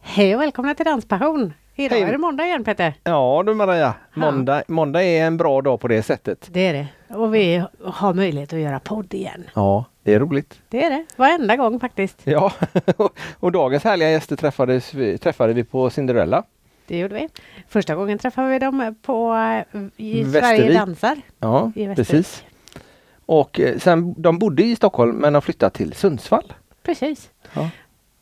Hej och välkomna till Danspassion! Idag Hej. är det måndag igen Peter. Ja du Maria, måndag, måndag är en bra dag på det sättet. Det är det. Och vi har möjlighet att göra podd igen. Ja, det är roligt. Det är det. Varenda gång faktiskt. Ja, och dagens härliga gäster träffades vi, träffade vi på Cinderella. Det gjorde vi. Första gången träffade vi dem på eh, i Sverige Västervik. dansar. Ja, I Västervik. precis. Och eh, sen, de bodde i Stockholm men de flyttade till Sundsvall. Precis. Ja.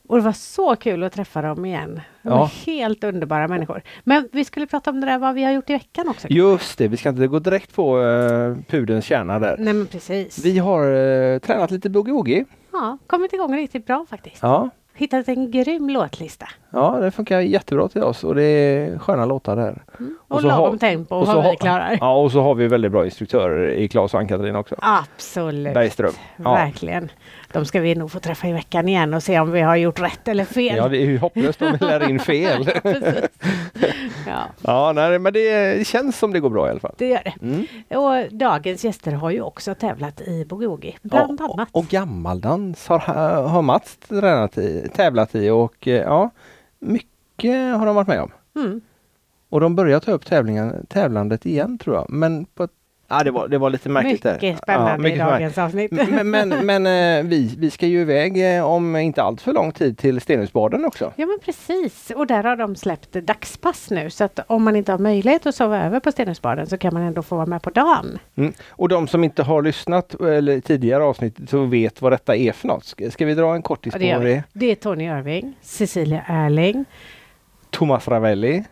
Och det var så kul att träffa dem igen. De Ja. är helt underbara människor. Men vi skulle prata om det där vad vi har gjort i veckan också. Just det, vi ska inte gå direkt på eh, pudelns kärna där. Nej men precis. Vi har eh, tränat lite boogie-woogie. Ja, kommit igång riktigt bra faktiskt. Ja. Hittat en grym låtlista. ja, det funkar jättebra till oss och det är sköna låtar där. Och, Mm. Och så lagom har- tempo och så vad ha- vi klarar. Ja, och så har vi väldigt bra instruktörer i Claes och Ann-Katrin också. Absolut. Bergström. Ja. Verkligen. De ska vi nog få träffa i veckan igen och se om vi har gjort rätt eller fel. ja, det är ju hopplöst om vi lär in fel. Precis. ja, Ja, nej, men det känns som det går bra i alla fall. det gör det. Mm. Och dagens gäster har ju också tävlat i boogie-woogie, bland Ja, annat. och, och gammaldans har, har Mats tränat i, tävlat i och eh, ja, mycket har de varit med om. Mm. Och de börjar ta upp tävlingen, tävlandet igen tror jag. Men på ett, ja, det, var, det var lite märkligt där. Mycket spännande Ja, mycket Mm. i dagens avsnitt. Men, men, men eh, vi, vi ska ju iväg eh, om inte allt för lång tid till Stenungsbaden också. Ja men precis, och där har de släppt dagspass nu så att om man inte har möjlighet att sova över på Stenungsbaden så kan man ändå få vara med på dagen. Mm. Och de som inte har lyssnat eller tidigare avsnitt så vet vad detta är för något. Ska, ska vi dra en kortis Ja, på det, gör vad det vi. är? det är Tony Irving, Cecilia Erling, Thomas Ravelli.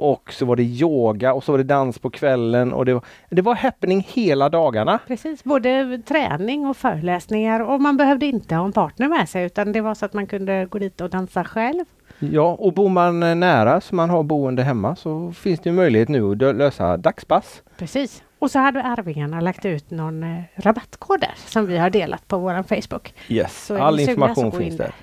Och så var det yoga och så var det dans på kvällen och det var, det var happening hela dagarna. Precis, både träning och föreläsningar och man behövde inte ha en partner med sig utan det var så att man kunde gå dit och dansa själv. Ja, och bor man eh, nära så man har boende hemma så finns det ju möjlighet nu att dö- lösa dagspass. Precis. Och så hade Arvingarna lagt ut någon eh, rabattkod där som vi har delat på våran Facebook. Yes, Så är all ni sugna information så gå in finns där.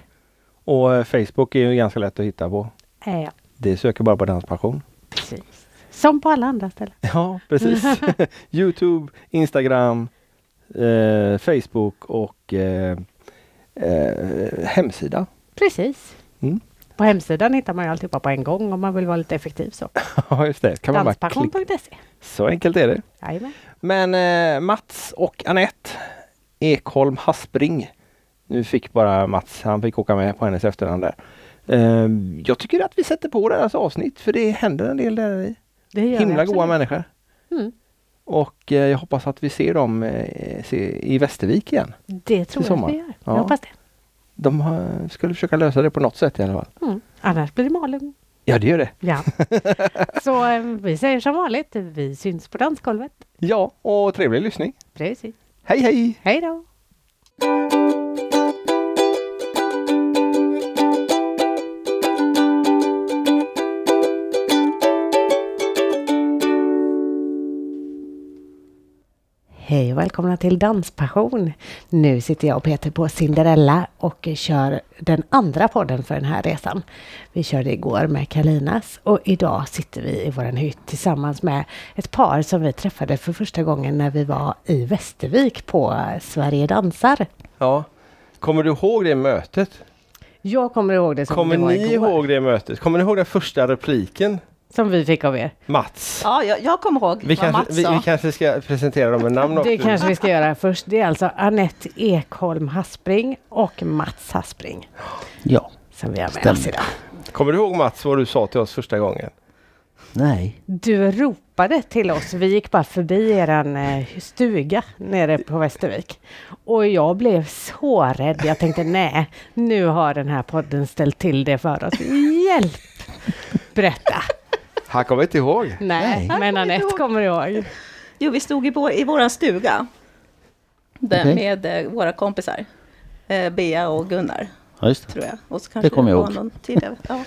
Och eh, Facebook är ju ganska lätt att hitta på. Eh, Ja, Det söker bara på Danspassion. precis. Som på alla andra ställen. Ja, precis. Youtube, Instagram, eh, Facebook och eh, eh, hemsida. Precis. Mm. På hemsidan hittar man ju alltihopa på en gång om man vill vara lite effektiv så. Ja, just det. Kan man bara klicka. Danspassion.se. Så enkelt är det. Jajamän. Men eh, Mats och Anette Ekholm Haspring. Nu fick bara Mats, han fick åka med på hennes efternamn där. Eh, jag tycker att vi sätter på deras avsnitt för det händer en del där i. Det gör vi Himla goa absolut. människor. Mm. Och eh, jag hoppas att vi ser dem eh, se, i Västervik igen. Det tror Till jag att sommaren. vi gör. Ja. Jag hoppas det. De har, skulle försöka lösa det på något sätt i alla fall. Mm. Annars blir det Malung. Ja, det gör det. Ja. Så eh, vi säger som vanligt, vi syns på dansgolvet. Ja, och trevlig lyssning. Precis. Hej, hej! Hej då! Hej och välkomna till Danspassion. Nu sitter jag och Peter på Cinderella och kör den andra podden för den här resan. Vi körde igår med Kalinas och idag sitter vi i vår hytt tillsammans med ett par som vi träffade för första gången när vi var i Västervik på Sverige dansar. Ja. Kommer du ihåg det mötet? Jag kommer ihåg det som Kommer det var ni igår, ihåg det mötet? Kommer ni ihåg den första repliken? som vi fick av er. Mats. Ja, jag, jag kommer ihåg vi, vad kanske, Mats vi, sa. vi kanske ska presentera dem med namn också. Det kanske vi ska göra först. Det är alltså Anette Ekholm Haspring och Mats Haspring Ja, som vi har med oss Stämmer. idag. Kommer du ihåg Mats vad du sa till oss första gången? nej. Du ropade till oss, vi gick bara förbi eran eh, stuga nere på Västervik. Och jag blev så rädd, jag tänkte nej, nu har den här podden ställt till det för oss. Hjälp! Berätta! Han kommer inte ihåg. Nej, Jag men kommer inte Anette ihåg. kommer ihåg. Jo, vi stod i, vår, i våran stuga där Okej. med eh, våra kompisar. Eh, Bea och Gunnar, Ja, just det. tror jag. Och så kanske kommer jag var ihåg. någon till, jag vet- ja,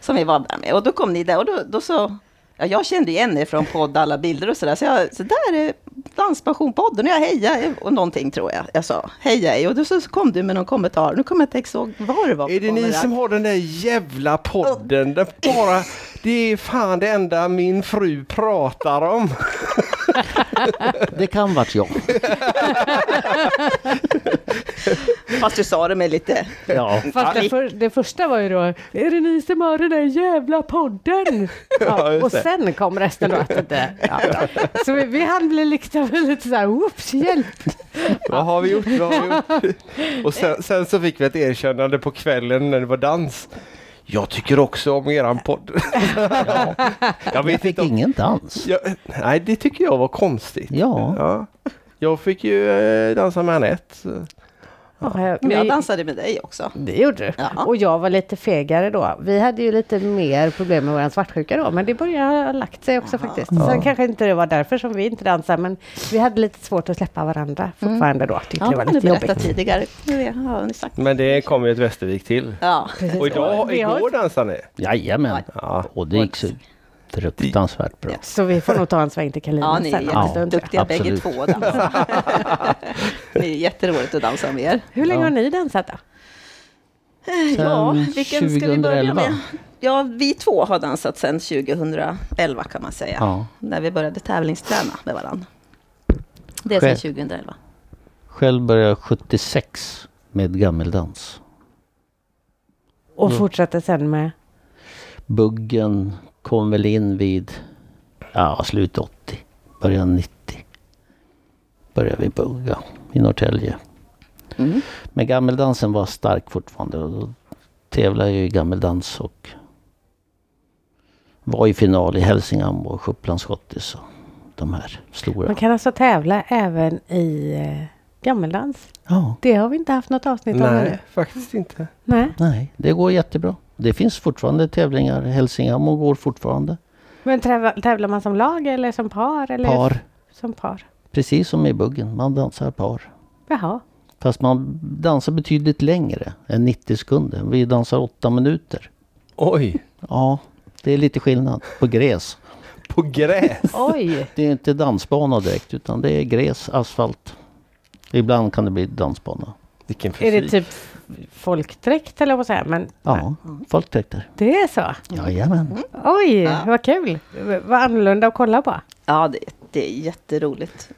som vi var där med. Och då kom ni där och då, då så... Ja, jag kände igen er från podd, alla bilder och sådär. Så jag, så där är Danspassionpodden, och jag hejade och någonting tror jag. Jag sa heja ej. och då så kom du med någon kommentar. Nu kommer jag inte ihåg vad det var. Är det på ni den där. som har den där jävla podden? Där bara, det är fan det enda min fru pratar om. Det kan vart jag. Fast du sa det med lite... Ja. Fast det, för, det första var ju då, är det ni som har den där jävla podden? Ja, Ja, just och det. sen kom resten av att det. Ja. Så vi, vi hann bli liksom lite så här, oops, hjälp. Vad har vi gjort? Vad har vi gjort? Och sen, sen så fick vi ett erkännande på kvällen när det var dans. Jag tycker också om eran podd. Jag vet Fick inte om, ingen dans. jag, Nej, det tycker jag var konstigt. Ja. Ja. Jag fick ju eh, dansa med Anette. Ja, jag- Men jag vi- dansade med dig också. Det gjorde du. Ja. Och jag var lite fegare då. Vi hade ju lite mer problem med vår svartsjuka då, men det började ha lagt sig också faktiskt. Sen kanske inte det var därför som vi inte dansade, men vi hade lite svårt att släppa varandra fortfarande då. Tyckte Ja, det det var har ni lite berättat jobbigt. tidigare. Nu är- har ni sagt. Men det kom ju ett Västervik till. Ja. Och idag, Vi har- igår dansade ni. Jajamän. Ja. Och det gick så fruktansvärt bra. Så vi får nog ta en sväng till Ja, Kalina ni är sen. om en stund. jätteduktiga Ja, bägge absolut. två. att dansa. det är jätteroligt att dansa med er. Hur länge har ni dansat då? Ja, Sen vilken ska vi börja 2011? med? Ja, vi två har dansat sedan 2011 kan man säga. Ja. När vi började tävlingsträna med varandra. Det är sedan Själv. 2011. Själv började jag 76 med gammeldans. Och fortsatte sen med? Buggen kom väl in vid ja, slut 80, början 90. Började vi bugga i Norrtälje. Men gammeldansen var stark fortfarande och då tävlade jag i gammeldans och var i final i Hälsingland och Sjupplands Schottis och de här stora. Man kan alltså tävla även i eh, gammeldans. Ja, Det har vi inte haft något avsnitt av nu. Nej, faktiskt inte. Nej. nej, det går jättebra. Det finns fortfarande tävlingar. Hälsinghamn går fortfarande. Men tävla- tävlar man som lag eller som par? Eller Par, Som par. precis som i buggen. Man dansar par. Jaha. Fast man dansar betydligt längre än 90 sekunder. Vi dansar 8 minuter. Oj, Ja, det är lite skillnad på gräs. på gräs. Oj! Det är inte dansbana direkt utan det är gräs, asfalt. Ibland kan det bli dansbana. Vilken Är fysik. det typ folkdräkt eller vad säger Men Ja, folkdräkter. det är så? Jajamän. Oj, vad kul! V- Vad annorlunda att kolla på. Ja, det, det är jätteroligt.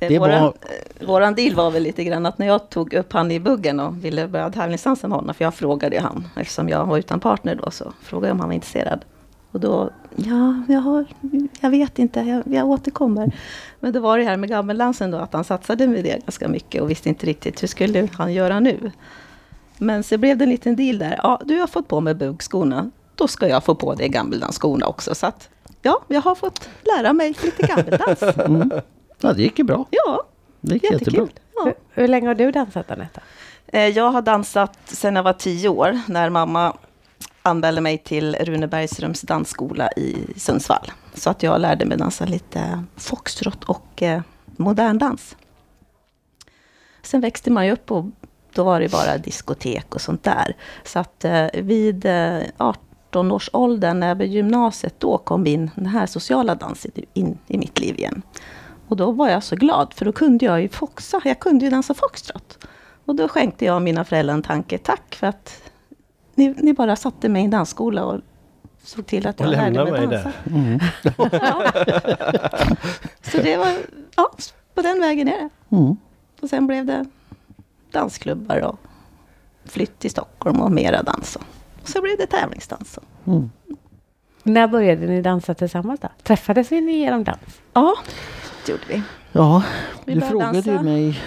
Eh, Det våran, var- eh, våran deal var väl lite grann att när jag tog upp han i buggen och ville börja tävlingsdansa med honom, för jag frågade ju han, eftersom jag var utan partner då, så frågade jag om han var intresserad. Och då, ja, jag, har, jag vet inte, jag, jag återkommer. Men då var det här med gammeldansen då, att han satsade med det ganska mycket och visste inte riktigt, hur skulle han göra nu? Men så blev det en liten deal där. Ja, du har fått på mig bugskorna. Då ska jag få på dig gammeldانsskorna också. Så att, ja, jag har fått lära mig lite gammeldans. Mm. Ja, det gick ju bra. Ja, Det gick jättebra. jättekul. Ja. Hur, hur länge har du dansat Anette? Eh, Jag har dansat sedan jag var tio år, när mamma anmälde mig till Rune Bergströms dansskola i Sundsvall. Så att jag lärde mig dansa lite foxtrot och eh, modern dans. Sen växte man ju upp och då var det bara diskotek och sånt där. Så att eh, vid eh, 18 års ålder, när jag började gymnasiet, då kom in den här sociala dansen in i mitt liv igen. Och då var jag så glad, för då kunde jag ju foxa. Jag kunde ju dansa foxtrot. Och då skänkte jag mina föräldrar en tanke. Tack för att ni, ni bara satte mig i en dansskola och såg till att Och jag lärde lämnade mig mig Mm. dansa. ja. Så det var, ja, på den vägen är det. Mm. Och sen blev det dansklubbar och flytt till Stockholm och mera dans. Och så blev det tävlingsdans. Mm. När började ni dansa tillsammans då? Träffades ni genom dans? Ja, det gjorde vi. Ja, Vi du började frågade ju dansa. mig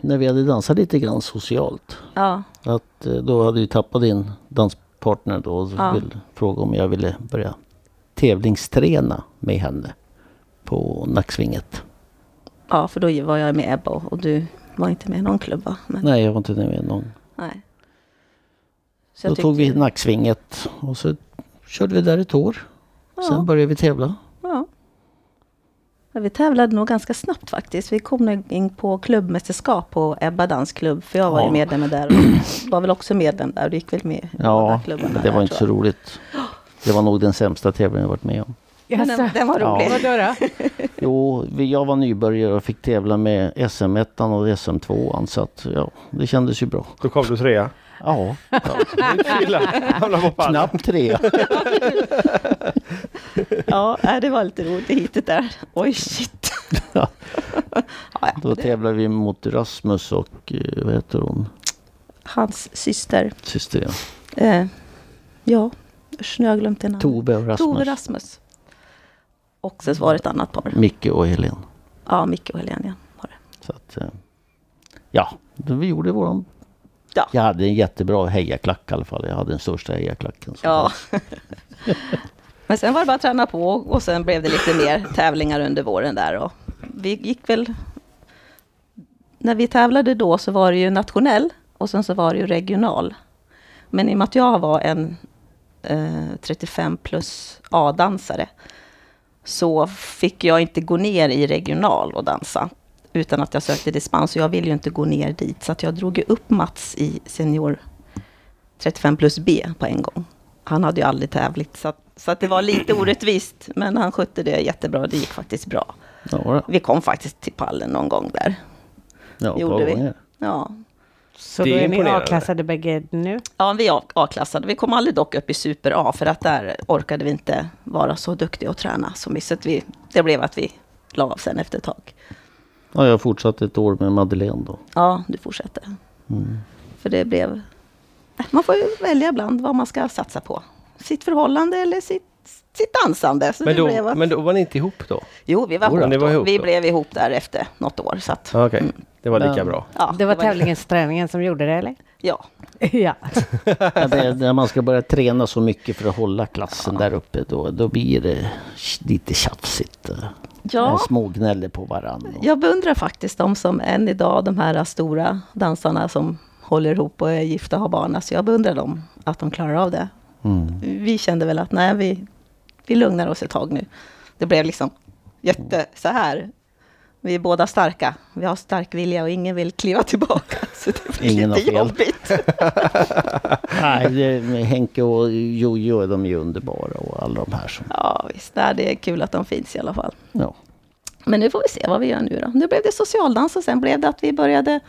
när vi hade dansat lite grann socialt. Ja, Att eh, då hade du tappat din danspartner då och Ja. ville fråga om jag ville börja tävlingsträna med henne på Nacksvinget. ja, för då var jag med Ebba och och du var inte med i någon klubb va? Men, Nej, jag var inte med någon. nej. Så jag Då tyckte- tog vi Nacksvinget och så körde vi där ett år. Sen började vi tävla. Ja. Ja, Vi tävlade nog ganska snabbt faktiskt. Vi kom nog in på klubbmästerskap på Ebba dansklubb. För jag var ju Ja. medlem där och var väl också medlem där. Du gick väl med i båda Ja, klubbarna det där, var inte så tror jag. roligt. Det var nog den sämsta tävlingen jag varit med om. Men Alltså, den, den var Ja. rolig. Vadå då? Jo, vi- jag var nybörjare och fick tävla med SM1 och SM2 så att, ja, det kändes ju bra. Då kom du trea. Ja, Det är inte så illa. Hamnar på pallen. knappt tre. Ja, nej, det var lite roligt hittet där. Oj, shit. Ja. Ja, Då det- tävlade vi mot Rasmus och eh, vad heter hon? Hans syster. Syster ja. Eh, ja, usch, nu har jag glömt det namnet. Tove och Tove Rasmus. Rasmus. Och sen var det ett annat par. Micke och Helen. Ja, Micke och Helena. Var det. Så att, eh, ja, då vi gjorde våran... Ja. Jag hade en jättebra hejaklack i alla fall. Jag hade den största hejaklacken. som Ja. fanns. Men sen var det bara att träna på och sen blev det lite mer tävlingar under våren där. Och vi gick väl... När vi tävlade då så var det ju nationell och sen så var det ju regional. Men i och med att jag var en eh, 35 plus A-dansare så fick jag inte gå ner i regional och dansa utan att jag sökte dispens och jag ville ju inte gå ner dit. Så att jag drog ju upp Mats i senior 35 plus B på en gång. Han hade ju aldrig tävlat, så, att, så att det var lite orättvist. Men han skötte det jättebra, det gick faktiskt bra. Ja, Vi kom faktiskt till pallen någon gång där. ja, ett gjorde par vi. gånger. Ja, Så Det då är ni imponerar. avklassade bägge nu? ja vi är A-klassade. Vi kom aldrig dock upp i Super-A, för att där orkade vi inte vara så duktiga och träna. Som vi, så att vi, det blev att vi la av sen efter ett tag. Ja, jag fortsatte ett år med Madeleine då. Ja, du fortsätter. Mm. För det blev... Man får ju välja ibland vad man ska satsa på. Sitt förhållande eller sitt, sitt dansande. Så Men det blev då, att... men då var ni inte ihop då? Jo, vi var, Jodå, ihop ni var då. ihop Vi då. blev ihop där efter något år. Så att, Okej, det var lika Men- bra. ja, Det var tävlingens träningen som gjorde det eller? Ja, Ja. Ja, det, är när man ska börja träna så mycket för att hålla klassen där uppe då, då blir det lite tjafsigt. Man ja smågnäller på varandra. jag beundrar faktiskt de som än idag, de här stora dansarna som håller ihop och är gifta och har barn. Alltså jag beundrar dem, att de klarar av det. Mm. Vi kände väl att nej, vi, vi lugnar oss ett tag nu. Det blev liksom jätte, så här. Vi är båda starka. Vi har stark vilja och ingen vill kliva tillbaka. Så det blir Ingen har lite fel. jobbigt. Nej, det, Henke och Jojo, de är ju underbara och alla de här som... Ja, visst. Nej, det är kul att de finns i alla fall. Ja. Men nu får vi se vad vi gör nu då. Nu blev det socialdans och sen blev det att vi började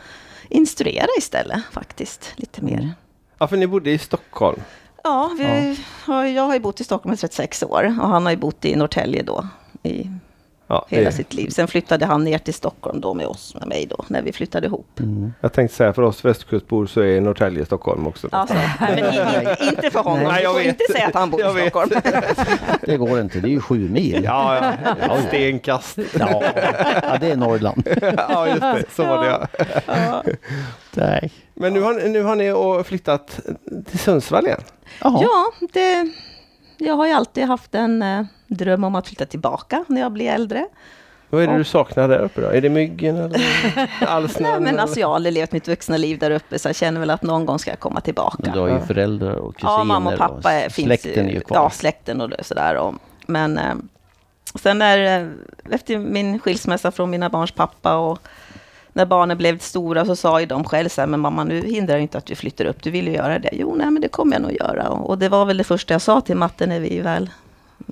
instruera istället faktiskt. Lite Mm. mer. Ja, för ni bodde i Stockholm. Ja, vi Har, jag har ju bott i Stockholm i 36 år och han har ju bott i Norrtälje då i Ja, hela det- sitt liv. Sen flyttade han ner till Stockholm då med oss, med mig då, när vi flyttade ihop. Jag tänkte säga för oss västkustbor så är Norrtälje Stockholm också. Alltså, men i- inte för honom. Nej, jag du får vet. inte säga att han bor Jag i vet. Stockholm. Det går inte, det är ju sju mil. Ja, ja. Stenkast. Ja, ja, det är Norrland. ja, just det. Så var det ja. Nej. Men nu har, ni- nu har ni och flyttat till Sundsvall igen. Jaha. Ja, det, jag har ju alltid haft en eh, dröm om att flytta tillbaka när jag blir äldre. Vad är det du saknar där uppe då? Är det myggen eller all Nej, snön? men eller? alltså jag har aldrig levt mitt vuxna liv där uppe, så jag känner väl att någon gång ska jag komma tillbaka. Men du har ju föräldrar och kusiner. Ja, mamma och pappa är, finns Släkten är ju kvar. Ja, släkten och det- sådär. Och, men eh, sen när, eh, efter min skilsmässa från mina barns pappa och när barnen blev stora så sa ju de själv så här, men mamma nu hindrar ju inte att du flyttar upp, du vill ju göra det. Jo, nej men det kommer jag nog göra. Och, och det var väl det första jag sa till Matte när vi väl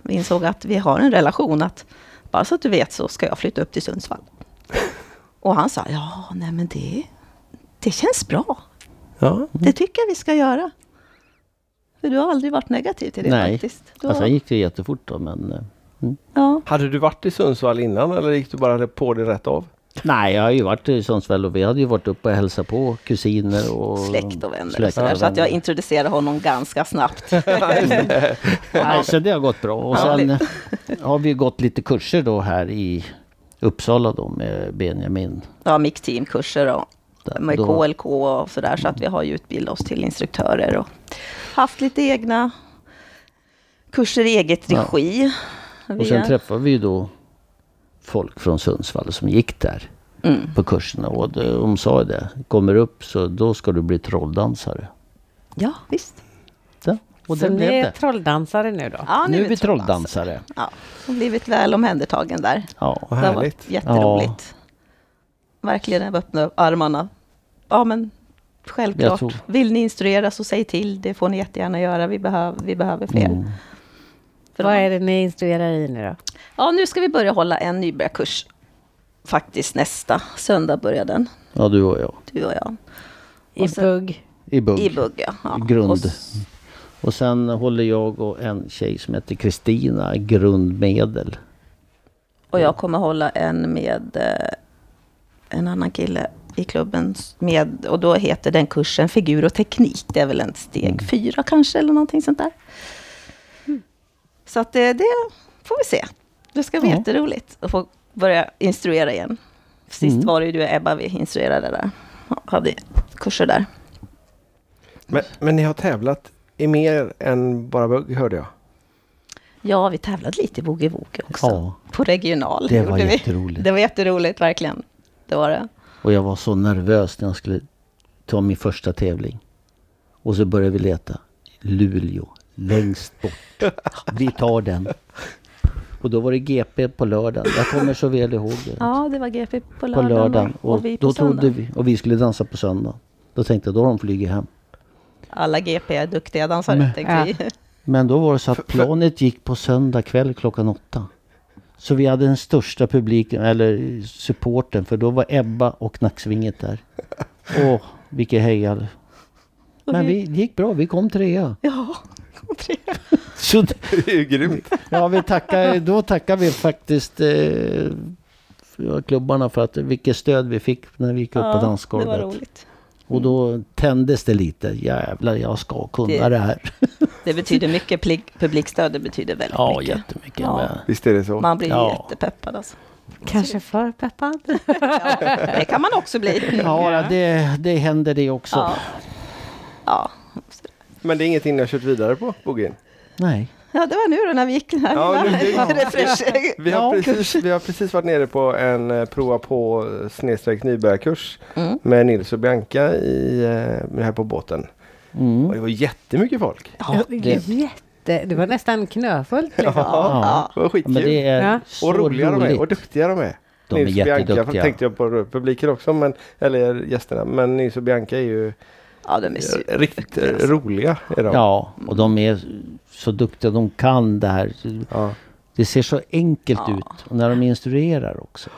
insåg att vi har en relation, att bara så att du vet så ska jag flytta upp till Sundsvall. Och han sa, ja, nej men det, det känns bra. ja. Mm. Det tycker jag vi ska göra. För du har aldrig varit negativ till det Nej. faktiskt. Du Alltså, har, sen gick det jättefort då, men... eh, ja. Hade du varit i Sundsvall innan eller gick du bara på det rätt av? Nej, jag har ju varit i Sundsvall och vi hade ju varit uppe och hälsat på kusiner och... Släkt och vänner och släkt och sådär. Så att jag vänner. introducerade honom ganska snabbt. Nej, så det har gått bra. Och Ja, sen har vi ju gått lite kurser då här i Uppsala då med Benjamin. Ja, mick teamkurser och Där- med då- KLK och sådär. Så att vi har ju utbildat oss till instruktörer och haft lite egna kurser i eget Ja. regi. Och Vi sen är- träffade vi ju då folk från Sundsvall som gick där Mm. på kurserna. Och de, de sa ju det, kommer upp så då ska du bli trolldansare. ja, visst. Ja, och så det ni blev är det. trolldansare nu då? Ja, Nu är vi trolldansare. trolldansare. Ja, och blivit väl omhändertagen där. Ja. Vad Det har härligt. varit jätteroligt. Verkligen att öppna armarna. Ja, men Jag självklart. tror- Mm. Vill ni instruera så säg till. Det får ni jättegärna göra. Vi, behöv, vi behöver fler. För Vad de- är det ni instruerar i nu då? Ja, nu ska vi börja hålla en nybörjarkurs. Faktiskt nästa söndag börjar den, Ja, du och jag. du och jag. I Och sen- bugg? I bugg. I bugga. Ja. Grund. Och s- Och sen håller jag och en tjej som heter Kristina grundmedel. Och Mm. jag kommer hålla en med eh, en annan kille i klubben. s- Med, och då heter den kursen Figur och teknik. Det är väl en steg Mm. fyra kanske, eller någonting sånt där. Så att eh, det, det får vi se. Det ska bli Ja. jätteroligt att få börja instruera igen. Sist Mm. var det ju du och Ebba vi instruerade där. Ja, Hade kurser där. Men, men ni har tävlat i mer än bara bugg hörde jag. Ja, vi tävlade lite i boogie woogie också. Ja. På regional. Det var gjorde vi. jätteroligt. Det var jätteroligt, verkligen. Det var det. Och jag var så nervös när jag skulle ta min första tävling. Och så började vi leta. Luleå, längst bort. Vi tar den. Och då var det GP på lördagen. Jag kommer så väl ihåg det. Ja, det var GP på på lördagen, lördagen. och, och vi på då söndagen. trodde vi, och vi skulle dansa på söndag. Då tänkte jag, då har de flugit hem. Alla GP är duktiga dansare, tänkte Ja. vi. Men då var det så att planet gick på söndag kväll klockan åtta. Så vi hade den största publiken, eller supporten, för då var Ebba och Nacksvinget där. Åh, vilka hejade. Men vi, det gick bra, vi kom trea. Ja, kom tre. Så, d- Det är ju grymt. ja, vi tackar, då tackar vi faktiskt eh, för klubbarna för att, vilket stöd vi fick när vi gick upp på dansgolvet. det var roligt. Och då tändes det lite. Jävlar, jag ska kunna Det- det här. Det betyder mycket plik- publikstöd, det betyder väldigt Ja, mycket. jättemycket. Ja. Men- Visst är det så? Man blir Ja. jättepeppad alltså. Kanske för peppad? Ja, det kan man också bli. Ja, det, det händer det också. Ja. Ja. Men det är ingenting ni har kört vidare på, boogien? Nej. ja, det var nu då när vi gick den här Ja, lilla nu- refresh- Vi har, precis, vi har precis varit nere på en eh, prova på eh, snedstreck nybörjarkurs Mm. med Nils och Bianca i, eh, här på båten. Mm. Och det var jättemycket folk. Ja, det, Jätte, det var nästan knöfullt. Liksom. ja. Det var Ja, Men skitkul. det är Ja. så och roliga de är roligt. och duktiga de är. De är Nils och Bianca jätteduktiga. tänkte jag på publiken också, men, eller gästerna. Men Nils och Bianca är ju Ja, de är eh, super. riktigt eh, roliga. Är de. Ja, och de är så duktiga. De kan det här. Ja. Det ser så enkelt Ja. ut. Och när de instruerar också.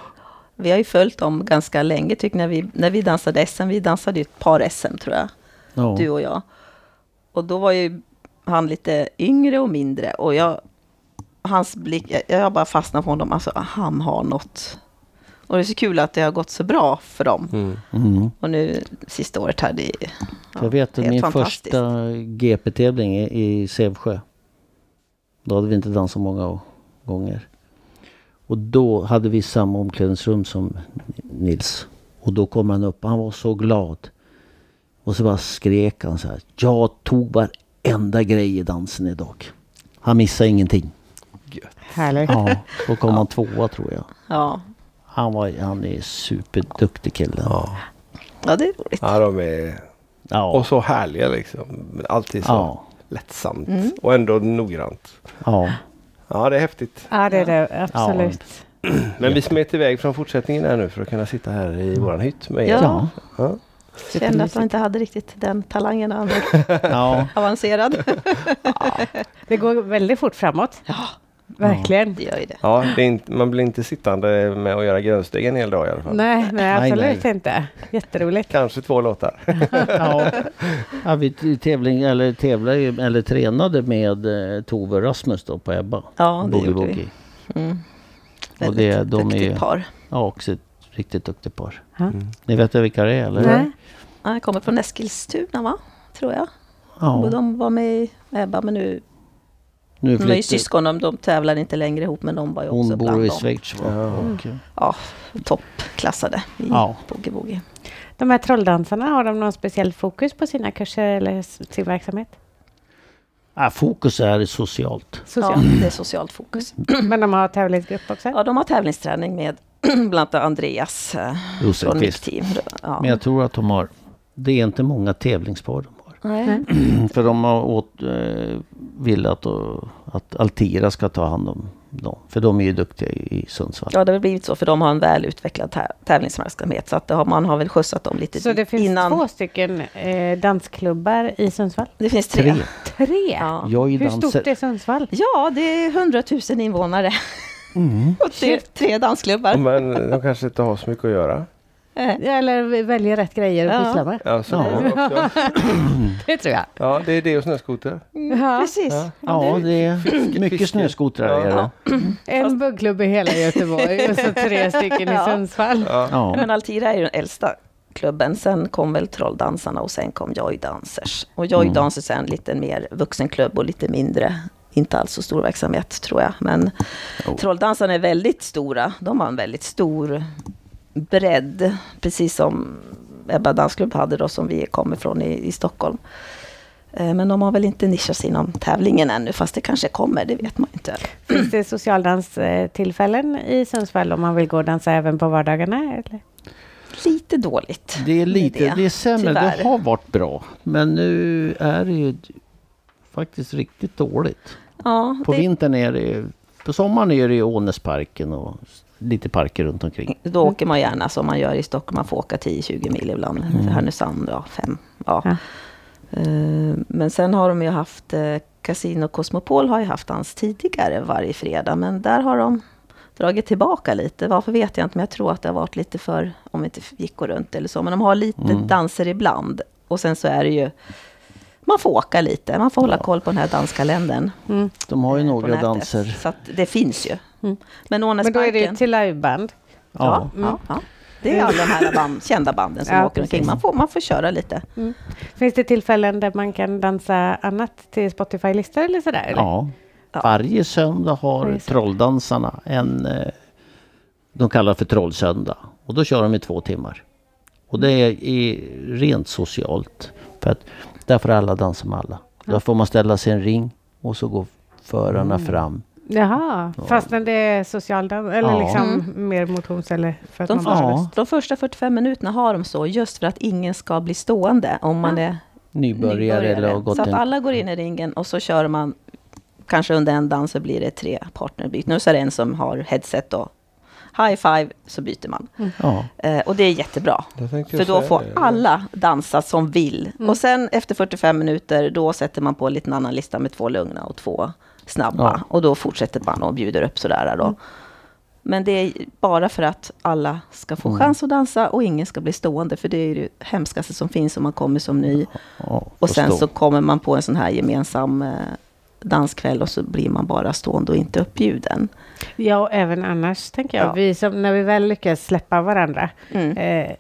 Vi har ju följt dem ganska länge, tycker jag, när vi, när vi dansade SM. Vi dansade ju ett par SM, tror jag. Ja. du och jag. Och då var ju han lite yngre och mindre. Och jag, hans blick, jag, jag bara fastnade på honom. Alltså, han har något. Och det är så kul att det har gått så bra för dem. Mm. Och nu sista året här, det är ja, Jag vet att helt min fantastiskt. första GP-tävling i- i Sävsjö. Då hade vi inte dansat många å- gånger. Och då hade vi samma omklädningsrum som Nils. Och då kom han upp. Han var så glad. Och så bara skrek han så här. Jag tog varenda grej i dansen idag. Han missade ingenting. Härligt. Ja, då kom han tvåa tror jag. Ja. Han, var, han är superduktig killen. Ja. ja, det är roligt. ja, de är... Ja. Och så härliga liksom. Alltid så Ja. Mm. lättsamt och ändå noggrant. ja. Ja, det är häftigt. Ja, det är det. Absolut. Men vi smet iväg från fortsättningen här nu för att kunna sitta här Mm. i våran hytt med er. Ja. Ja. Jag kände att han inte hade riktigt den talangen han ja. avancerad. Det går väldigt fort framåt. Ja, Verkligen. det gör ju det. Ja, det är inte, man blir inte sittande med att göra grönsteg en hel dag i alla fall. Nej, nej, Nej, absolut nej. inte. Jätteroligt. Kanske två låtar. Ja. ja, vi t- tävling, eller tävlade ju, eller tränade med eh, Tove Rasmus då på Ebba. Ja, det Boogie gjorde vi. Mm. Woogie. Och Väldigt det, de är duktigt ju par. ja, också ett riktigt duktigt par. Mm. Ja. Ni vet ju vilka det är eller? Nej. Ja, Han kommer från Eskilstuna, va? Tror jag. Och Ja. de var med i Ebba, men nu Nu De är ju flyttar, syskon, de, de tävlar inte längre ihop, men de var ju också hon bland bor i dem. Mm. Schweiz va? Och, Ja, toppklassade i Ja. boogie woogie. De här trolldansarna, har de någon speciell fokus på sina kurser eller s- sin verksamhet? ja, fokus är socialt. Mm. Ja, Socialt. det är socialt fokus. Men de har tävlingsgrupp också? Ja, de har tävlingsträning med bland annat Andreas eh, från mitt Josefqvist. team. Ja. Men jag tror att de har, det är inte många tävlingspar de har. Nej. För de har åt, eh, velat att, att eh, Altira ska ta hand om dem. För de är ju duktiga i i Sundsvall. Ja, det har väl blivit så, för de har en väl utvecklad tä- tävlingsverksamhet. Så att det har, man har väl skjutsat dem lite Så det finns innan. två stycken eh, dansklubbar i Sundsvall? Det finns tre. Tre. Tre! Ja. Jag är ju Hur stort dansare. är Sundsvall? ja, det är 100 000 invånare. Mm. Och tre, tre dansklubbar. Men de kanske inte har så mycket att göra. Eh, Eller vi väljer rätt grejer att Ja. pyssla med. Ja, så Ja. är det också. Det tror jag. ja det är det och snöskoter. Ja. Precis. Ja. Ja, det är mycket snöskotrar är det. En buggklubb i hela Göteborg och så tre stycken i Ja. Sundsvall. Ja. Ja. Men Altira är ju den äldsta klubben. Sen kom väl Trolldansarna och sen kom Joy Dancers. Och Mm. Joy Dancers är en lite mer vuxenklubb och lite mindre. Inte alls så stor verksamhet tror jag. Men Trolldansarna är väldigt stora. De har en väldigt stor bredd. Precis som Ebba dansklubb hade då som vi kommer från i, i Stockholm. Eh, Men de har väl inte nischat sig inom tävlingen ännu. Fast det kanske kommer, det vet man ju inte. Finns det socialdanstillfällen i Sundsvall om man vill gå och dansa även på vardagarna? Eller? Lite dåligt. Det är lite, det är sämre. Tyvärr. Det har varit bra. Men nu är det ju faktiskt riktigt dåligt. Ja, På det- vintern är det På sommaren är det ju Ånäsparken och lite parker runt omkring. Då Mm. åker man gärna som man gör i Stockholm. Man får åka 10-20 mil ibland. För Härnösand, ja, fem. Ja. Mm. Ja. Eh, Men sen har de ju haft... eh, Casino Cosmopol har ju haft dans tidigare varje fredag. Men där har de dragit tillbaka lite. Varför vet jag inte. Men jag tror att det har varit lite för... Om det inte gick och runt eller så. Men de har lite Mm. danser ibland. Och sen så är det ju... Man får åka lite. Man får hålla koll på den här danskalendern. Mm. De har ju eh, på några nätet. danser. Så att det finns ju. Men Men då är det ju Ånäsparken... till liveband. Ja. Ja, ja, ja. Det är alla de här band, kända banden som Ja, åker omkring. precis. Man får, man får köra lite. Finns det tillfällen där man kan dansa annat till Spotify-listor eller sådär? Eller? ja. Varje söndag har Just det. trolldansarna en... eh, De kallar för trollsöndag. Och då kör de i två timmar. Och det är i- rent socialt. För att där får alla dansa med alla. Där får man ställa sig i en ring och så går förarna Mm. fram. Jaha, fastän det är socialdans eller Ja. liksom mer motions eller för att De, man bara första, har lust. Ja. de första 45 minuterna har de så, just för att ingen ska bli stående om man är Nybörjare, eller har gått Så att en... alla går in i ringen och så kör man, kanske under en dans så blir det tre partnerbyten. Och så är det en som har headset och high five, så byter man. Ja. Eh, och det är jättebra. Det tänkte För jag då säga. får alla dansa som vill. Och sen efter 45 minuter, då sätter man på en liten annan lista med två lugna och två snabba. Och då fortsätter man och bjuder upp sådär då. Men det är bara för att alla ska få chans att dansa och ingen ska bli stående. För det är ju det hemskaste som finns om man kommer som ny. Ja, Och sen förstå. så kommer man på en sån här gemensam eh, danskväll och så blir man bara stående och inte uppbjuden. Ja, och även annars tänker jag. Ja. Vi som, när vi väl lyckas släppa varandra, eh,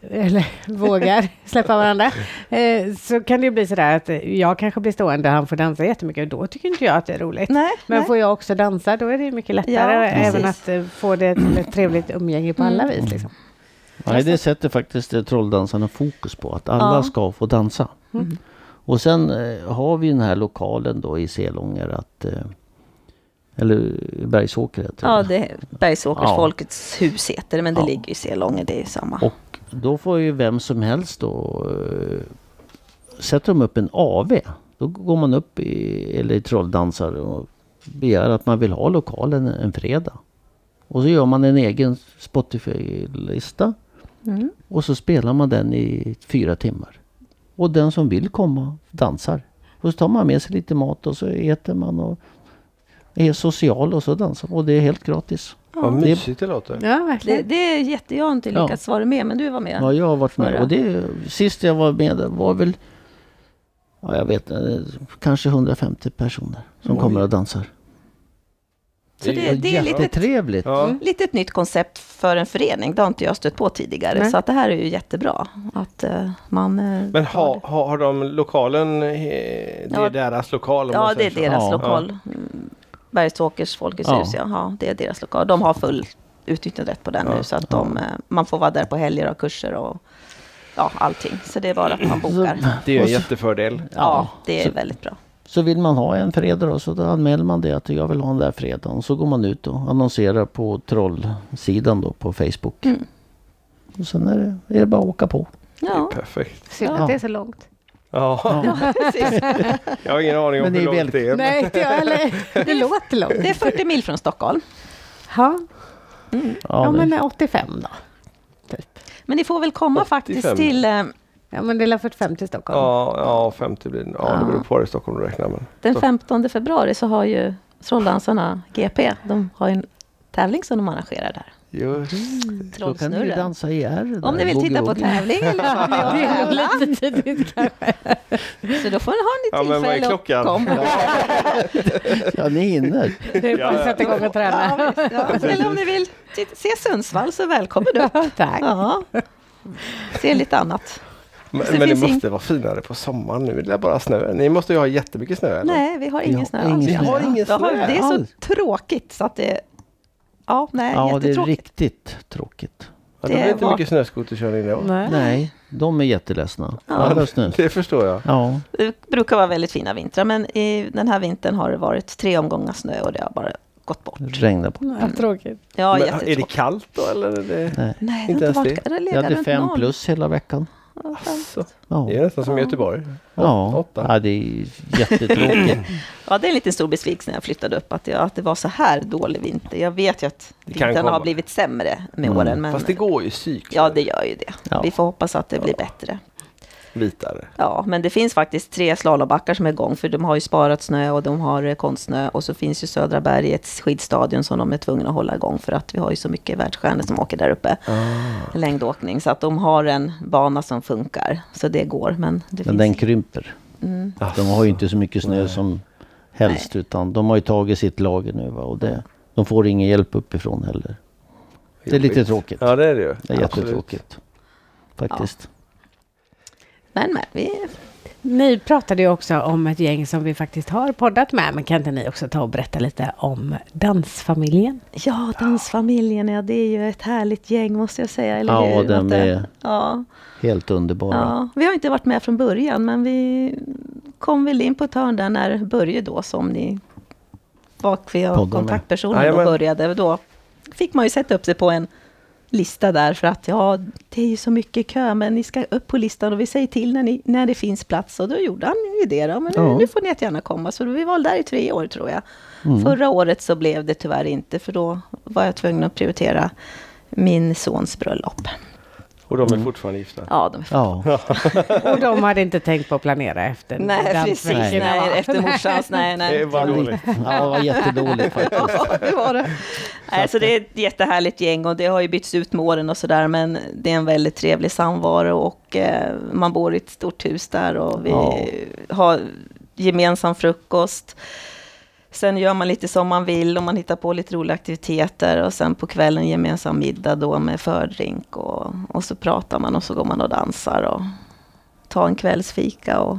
eller vågar släppa varandra, eh, så kan det ju bli sådär att eh, jag kanske blir stående och han får dansa jättemycket och då tycker inte jag att det är roligt. Nej, Men nej. får jag också dansa, då är det ju mycket lättare Ja, även precis. att eh, få det till ett trevligt umgänge på alla vis. Liksom. Nej, det sätter faktiskt eh, trolldansarna fokus på. Att alla ska få dansa. Mm. Och sen eh, har vi den här lokalen då i Selånger att... Eh, eller Bergsåker heter Ja, det. det är Bergsåkers Ja. Folkets hus heter det, men det Ja. ligger ju i Selånge, det är ju samma. Och då får ju vem som helst då... Eh, sätter de upp en AV. Då går man upp i, eller i trolldansar och begär att man vill ha lokalen en fredag. Och så gör man en egen Spotify-lista. Och så spelar man den i fyra timmar. Och den som vill komma dansar. Och så tar man med sig lite mat och så äter man och är social och så dansar man. Och det är helt gratis. Vad Det- mysigt det låter. Ja, Det, verkligen. det är jätte... Jag har inte Ja. lyckats vara med, men du var med. Ja, jag har varit med. Förra. Och det, sist jag var med där var väl... Ja, jag vet eh, Kanske 150 personer som Oj. kommer och dansar. Så det, det är lite, Jättetrevligt. Ja. Mm. lite ett nytt koncept för en förening. Det har inte jag stött på tidigare. Nej. Så att det här är ju jättebra. Att eh, man... eh, Men tar ha, det. ha, har de lokalen, eh, det är Ja. deras lokal om Ja, man det säger är så. deras Ja. lokal. Mm, Bergsåkers Folkets Ja. hus, ja. ja. Det är deras lokal. De har full utnyttjanderätt på den nu. Så att de, eh, man får vara där på helger och kurser och ja, allting. Så det är bara att man bokar. Det är ju en jättefördel. Ja, det är väldigt bra. Så vill man ha en fredag då, så då anmäler man det att jag vill ha den där fredagen. Så går man ut och annonserar på trollsidan då på Facebook. Mm. Och sen är det, är det bara att åka på. Ja. Perfekt. Synd att Ja. det är så långt. Ja, Ja, precis. jag har ingen aning om Men hur det är långt det är. Nej, inte jag heller. Det låter Det är långt. 40 mil från Stockholm. Ja, ja det- men 85 då. Typ. Men ni får väl komma 85. faktiskt till eh, Ja, men det är väl 45 till Stockholm. Ja, ja, 50 blir det. Ja, det beror på var i Stockholm du räknar. Men. den Så- 15 februari så har ju Trolldansarna GP, de har ju en tävling som de arrangerar där. Just. Då kan ni ju Trollsnurren. dansa i R. Om ni vill titta på tävlingen. Det är nog lite tidigt kanske. Så då får ni ha Ja, en men vad är tillfälle att klockan? komma. Ja, ni hinner. Det är bara att sätta igång och träna. Ja, visst, ja. Eller om ni vill titta- se Sundsvall så välkommen du. Tack. Ja. Se lite annat. Men, Så men Alltså, det det finns måste vara finare på sommaren nu. Det är bara snö. Ni måste ju ha jättemycket snö. eller? Nej, vi har ingen Ja, snö ingen alls. snö. Vi har ingen Då har- snö Det är så alls. tråkigt så att det... Ja, nej, Ja, det är jättetråkigt. riktigt tråkigt. Ja, det blir det inte var- mycket snöskoterkörning då. Nej, de är jätteledsna. Alla snus. Det förstår jag. Ja, Det brukar vara väldigt fina vintrar, men i den här vintern har det varit tre omgångar snö och det har bara gått bort. regnar på. Ja, tråkigt. Ja, Men jättetråkigt. är det kallt då eller? Är det... Nej. Nej, det Inte har ens inte det? varit... Det har Jag legat hade runt fem noll. plus hela veckan. Ja, fem. Alltså, Ja, det är nästan som i Göteborg. ja. Åtta. ja det är jättetråkigt. Ja, det är en liten stor besvikelse när jag flyttade upp att, jag, att det var så här dålig vinter. Jag vet ju att kan vintrarna har komma. blivit sämre med Mm. åren. Men Fast det går ju cykler. Ja, det gör ju det. Ja. Vi får hoppas att det blir bättre. Vitare. Ja, men det finns faktiskt tre slalombackar som är igång, för de har ju sparat snö och de har eh, konstsnö. Och så finns ju Södra bergets skidstadion som de är tvungna att hålla igång, för att vi har ju så mycket världsstjärnor som åker där uppe. Ah. Längdåkning, så att de har en bana som funkar. Så det går, men det Men finns... den krymper. Mm. Alltså. De har ju inte så mycket snö som helst utan de har ju tagit sitt lager nu va? och Mm. det, de får ingen hjälp uppifrån heller. Det är lite Jobbigt. tråkigt. Ja, det är det ju. Det är Absolut. jättetråkigt. Faktiskt. Men, men, vi... Ni pratade ju också om ett gäng som vi faktiskt har poddat med, men kan inte ni också ta och berätta lite om Dansfamiljen? Ja, dansfamiljen, ja, det är ju ett härligt gäng, måste jag säga. Eller Ja, hur, de Lotta? är- Ja. Helt underbara. Ja, vi har inte varit med från början, men vi kom väl in på ett hörn där när Börje då, som ni var Poddar med. kontaktpersonen och Jajamän. började, då fick man ju sätta upp sig på en lista där för att ja, det är ju så mycket kö, men ni ska upp på listan och vi säger till när, ni, när det finns plats. Och då gjorde han ju det då, men nu- Ja. nu får ni gärna komma. Så vi var där i tre år tror jag. Förra året så blev det tyvärr inte, för då var jag tvungen att prioritera min sons bröllop. Och Mm. de är fortfarande gifta. Ja, de är Ja. Och de hade inte tänkt på att planera efter Nej, precis. Nej, Dansfamiljen. Ja. efter morsans. Nej, Det nej. var dåligt. Ja, det var jättedåligt faktiskt. Ja, det var det. Nej, så det är ett jättehärligt gäng och det har ju bytts ut med åren och sådär, men det är en väldigt trevlig samvaro och eh, man bor i ett stort hus där och vi Ja. har gemensam frukost. Sen gör man lite som man vill och man hittar på lite roliga aktiviteter och sen på kvällen gemensam middag då med fördrink och, och så pratar man och så går man och dansar och tar en kvällsfika och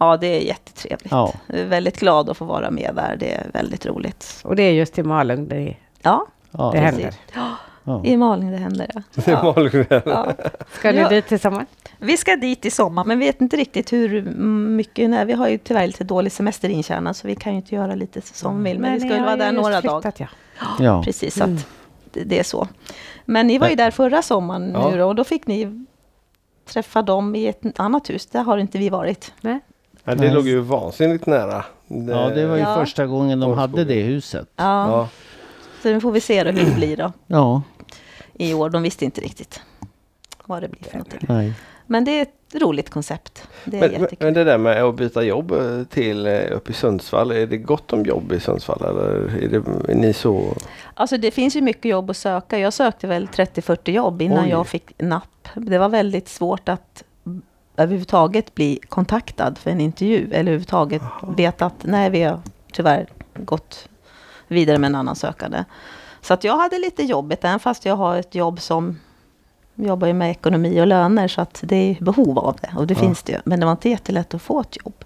ja, det är jättetrevligt. Ja. Jag är väldigt glad att få vara med där, det är väldigt roligt. Och det är just i Malung det, Ja, Ja, det händer. Ja, Ja. i Malung det händer det. Det var dåligt. Ja. Ska ni Ja. dit tillsammans? Vi ska dit i sommar, men vet inte riktigt hur mycket. Nej, vi har ju tyvärr lite dålig semester intjänad, så vi kan ju inte göra lite som vi vill. Men vi ni ska väl har vara ju där just några flyttat, dagar. Ja. Ja. Precis, så att det, det är så. Men ni var ju där förra sommaren Ja. nu då, och då fick ni träffa dem i ett annat hus. Där har inte vi varit. Nej. Ja, det låg ju vansinnigt nära. Det- ja, det var ju Ja. första gången de hade det huset. Ja, Ja. Så nu får vi se då hur det blir då Ja, i år. De visste inte riktigt vad det blir för någonting. nej. Men det är ett roligt koncept. Det är Men, men- jättekul. men det där med att byta jobb eh, till eh, upp i Sundsvall, är det gott om jobb i Sundsvall eller är, det, är ni så? Alltså det finns ju mycket jobb att söka. Jag sökte väl 30-40 jobb innan Oj. jag fick napp. Det var väldigt svårt att överhuvudtaget bli kontaktad för en intervju. Eller överhuvudtaget veta att nej, vi har tyvärr gått vidare med en annan sökande. Så att jag hade lite jobbigt, även fast jag har ett jobb som jag jobbar ju med ekonomi och löner, så att det är behov av det. Och det finns det ju. Men det var inte jättelätt att få ett jobb.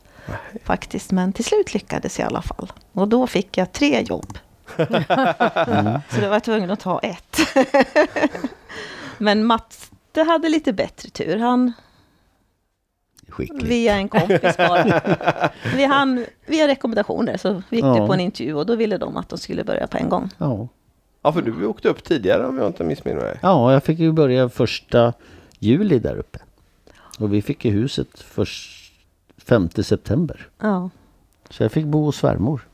Faktiskt, men till slut lyckades jag i alla fall. Och då fick jag tre jobb så då var jag tvungen att ta ett. Men Mats, det hade lite bättre tur. Han, Skickligt. via en kompis bara. Vi hann, via rekommendationer så gick Ja. du på en intervju och då ville de att de skulle börja på en gång. Ja. Ja, för du åkte upp tidigare om jag inte missminner mig. ja, jag fick ju börja första juli där uppe. Och vi fick ju huset först 5 september. Ja. Så jag fick bo hos svärmor.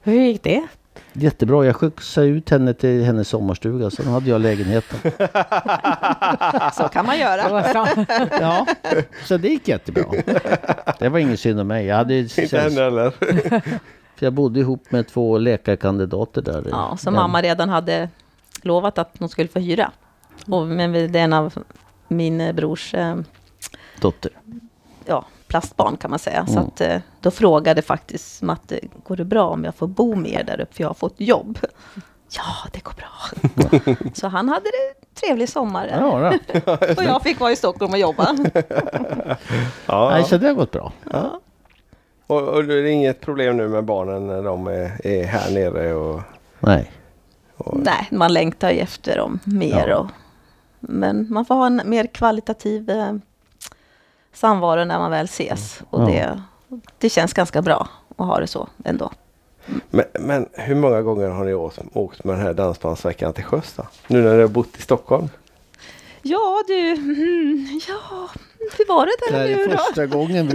Hur gick det? Jättebra, jag skjutsade ut henne till hennes sommarstuga. Sen hade jag lägenheten. Så kan man Det göra. var bra. Ja, så det gick jättebra. Det var ingen synd om mig. Jag, hade ju sällskap. heller. För jag bodde ihop med två läkarkandidater där. eh, Ja, som Men- mamma redan hade lovat att de skulle få hyra. Och, men det är en av min eh, brors eh, Dotter. ja, plastbarn kan man säga. Så Mm. att, eh, då frågade faktiskt Matte, går det bra om jag får bo med er där uppe för jag har fått jobb? Ja, det går bra. så han hade det trevlig sommar. där. Ja, då. Och jag fick vara i Stockholm och jobba. Nej, Ja, så det har gått bra. och, och det är inget problem nu med barnen när de är, är här nere och... Nej. Nej, man längtar ju efter dem mer. Ja. Och, men man får ha en mer kvalitativ eh, samvaro när man väl ses. Och Mm. Ja. det, det känns ganska bra att ha det så ändå. Men, men hur många gånger har ni åkt, åkt med den här dansbandsveckan till sjöss då? Nu när ni har bott i Stockholm? Ja du, mm, ja, hur var det där nu då? gången vi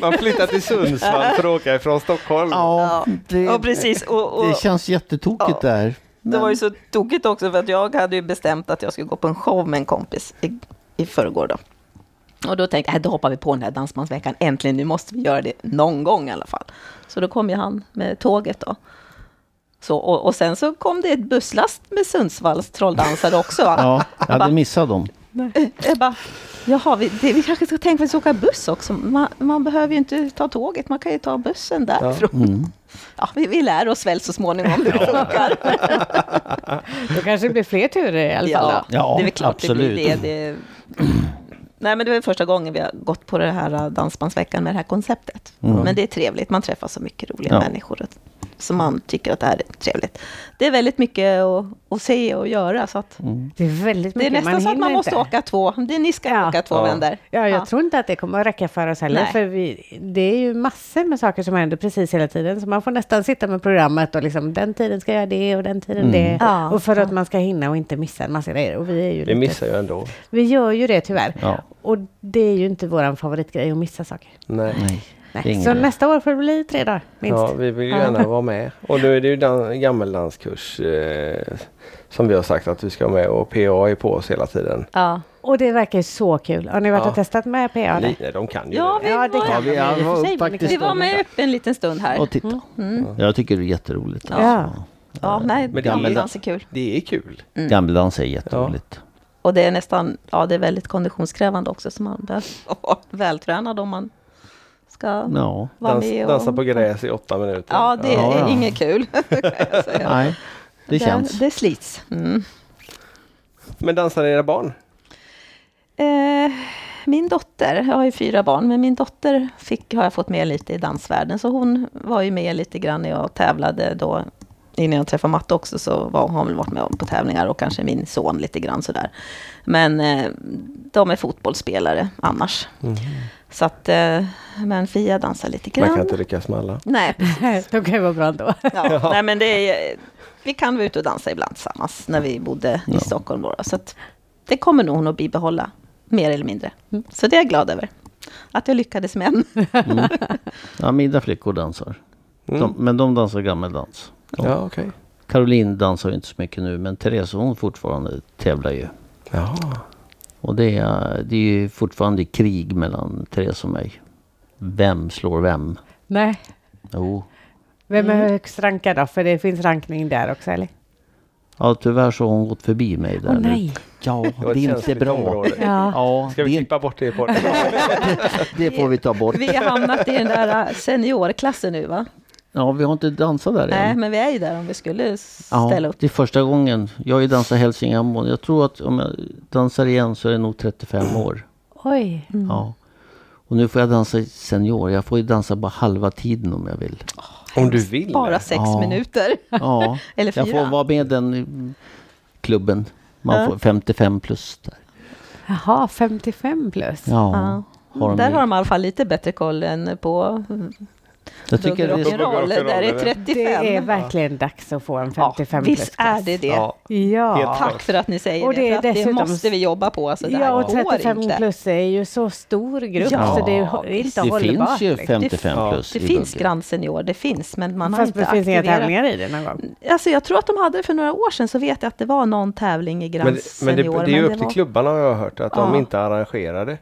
Man flyttar till Sundsvall för att åka ifrån Stockholm. Ja, Ja, det, precis. Och, och, det känns jättetokigt Ja. där. Det var ju så tokigt också för att jag hade ju bestämt att jag skulle gå på en show med en kompis i, i förrgår då. Och då tänkte jag, "Äh, då hoppar vi på den här dansbandsveckan, äntligen, nu måste vi göra det någon gång i alla fall. Så då kom ju han med tåget då. Så, och, och sen så kom det ett busslast med Sundsvalls trolldansare också. Va? Ja, jag hade missat dem. Jag bara, jaha, vi, det, vi kanske ska tänka på att åka buss också. Man, man behöver ju inte ta tåget, man kan ju ta bussen därifrån. Ja. Mm. vi, vi lär oss väl så småningom hur det funkar. Då kanske det blir fler turer i alla fall. Ja, då. Ja, det är väl klart absolut. det blir det. det Nej, men det var första gången vi har gått på det här eh, dansbandsveckan med det här konceptet. Men det är trevligt, man träffar så mycket roliga Mm. Ja. människor att- som man tycker att det här är trevligt. Det är väldigt mycket att, att se och göra, så att Mm. Det är väldigt det är mycket. nästan så att hinner man måste inte. åka två. Det, ni ska Ja. åka två Ja. vändor. Ja, jag Ja. tror inte att det kommer att räcka för oss heller, Nej. för vi, det är ju massor med saker som händer precis hela tiden, så man får nästan sitta med programmet och liksom den tiden ska jag göra det och den tiden det. Ja, och för att man ska hinna och inte missa en massa grejer. Och vi, är ju Vi lite- missar ju ändå. vi gör ju det tyvärr. Ja. Och det är ju inte vår favoritgrej att missa saker. Nej. Nej, det Nej. är ingen Så idé. nästa år får det bli tre dagar, minst. Ja, vi vill ju gärna vara med. Och nu är det ju dan- gammeldanskurs eh, som vi har sagt att vi ska vara med och PA är på oss hela tiden. Ja. Och det verkar ju så kul. Har ni varit Ja. och testat med PA? Ni, nej, de kan ju Ja, det. vi Ja, det var- kan vi man ju i och var för sig, upp men det faktiskt kan- Vi var med uppe en liten stund här. Och titta. Jag tycker det är jätteroligt. Mm. Ja. alltså. Ja, nej, Men men det är ju- gammeldans är kul. Det är kul. Gammeldans Mm. är jätteroligt. Och det är nästan, ja det är väldigt konditionskrävande också, så man behöver vara vältränad om man ska Ja. vara Dans, med och... dansa på gräs i åtta minuter. Ja, det Ja, är ja. inget kul. kan jag säga. Nej, det Det, känns. det slits. Mm. Men dansar era barn? Eh, min dotter, jag har ju fyra barn, men min dotter fick, har jag fått med lite i dansvärlden. Så hon var ju med lite grann när jag tävlade då. Innan jag träffade Matte också så var, har hon väl varit med på tävlingar och kanske min son lite grann sådär. Men eh, de är fotbollsspelare annars. Så att, eh, men Fia dansar lite Man grann. kan inte lyckas med alla. Nej, De kan ju vara bra ändå. Ja, nej men det är, vi kan vara ute och dansa ibland tillsammans när vi bodde i Stockholm. Då, så att det kommer nog hon att bibehålla, mer eller mindre. Mm. Så det är jag glad över. Att jag lyckades med en. Ja, mina flickor dansar. Mm. De, men de dansar gammeldans. Ja, okej. Caroline dansar ju inte så mycket nu, men Therese hon fortfarande tävlar ju. Jaha. Och det är, det är ju fortfarande krig mellan Therese och mig. Vem slår vem? Nej. Jo. Vem är Mm. högst rankad då? För det finns rankning där också, eller? Ja, tyvärr så har hon gått förbi mig där Åh, nej. nu. Ja, var det, ett är inte känsligt bra. område. Ja. Ja, Ska vi det, klippa bort det på podden? det får vi ta bort. Vi har hamnat i den där äh, seniorklassen nu va? Ja, vi har inte dansat där Nej, än. men vi är ju där om vi skulle ställa Ja, upp. det är första gången. Jag har ju dansat hälsingehamn. Jag tror att om jag dansar igen så är det nog 35 Mm. år. Oj. Ja. Och nu får jag dansa senior. Jag får ju dansa bara halva tiden om jag vill. Om du vill. Bara sex Ja. minuter. Ja, Eller jag fyra. får vara med i den mm, klubben. Man får 55 plus där. Jaha, 55 plus. Ja, Ja. Har de där ju. har de i alla fall lite bättre koll än på mm, Jag tycker det är... rock'n'roll, där är Det 35. Det är verkligen dags att få en 55 ja, visst är plus-klass. det det. Ja, Ja. Helt Tack för att ni säger Och det, det är för att det dessutom- måste vi jobba på. Alltså, det här Ja, och går 35 inte. plus är ju så stor grupp Ja, så det är ju inte det hållbart. finns ju liksom. 55 Ja. plus Det i finns buggen. Grand Senior, det finns, men man har Fast inte det finns inga aktiverat. tävlingar i det någon gång. Alltså, jag tror att de hade det för några år sedan, så vet jag att det var någon tävling i Grand Men, men det, Senior. det är ju upp det till var- klubbarna har jag hört, att de Ja. inte arrangerar det.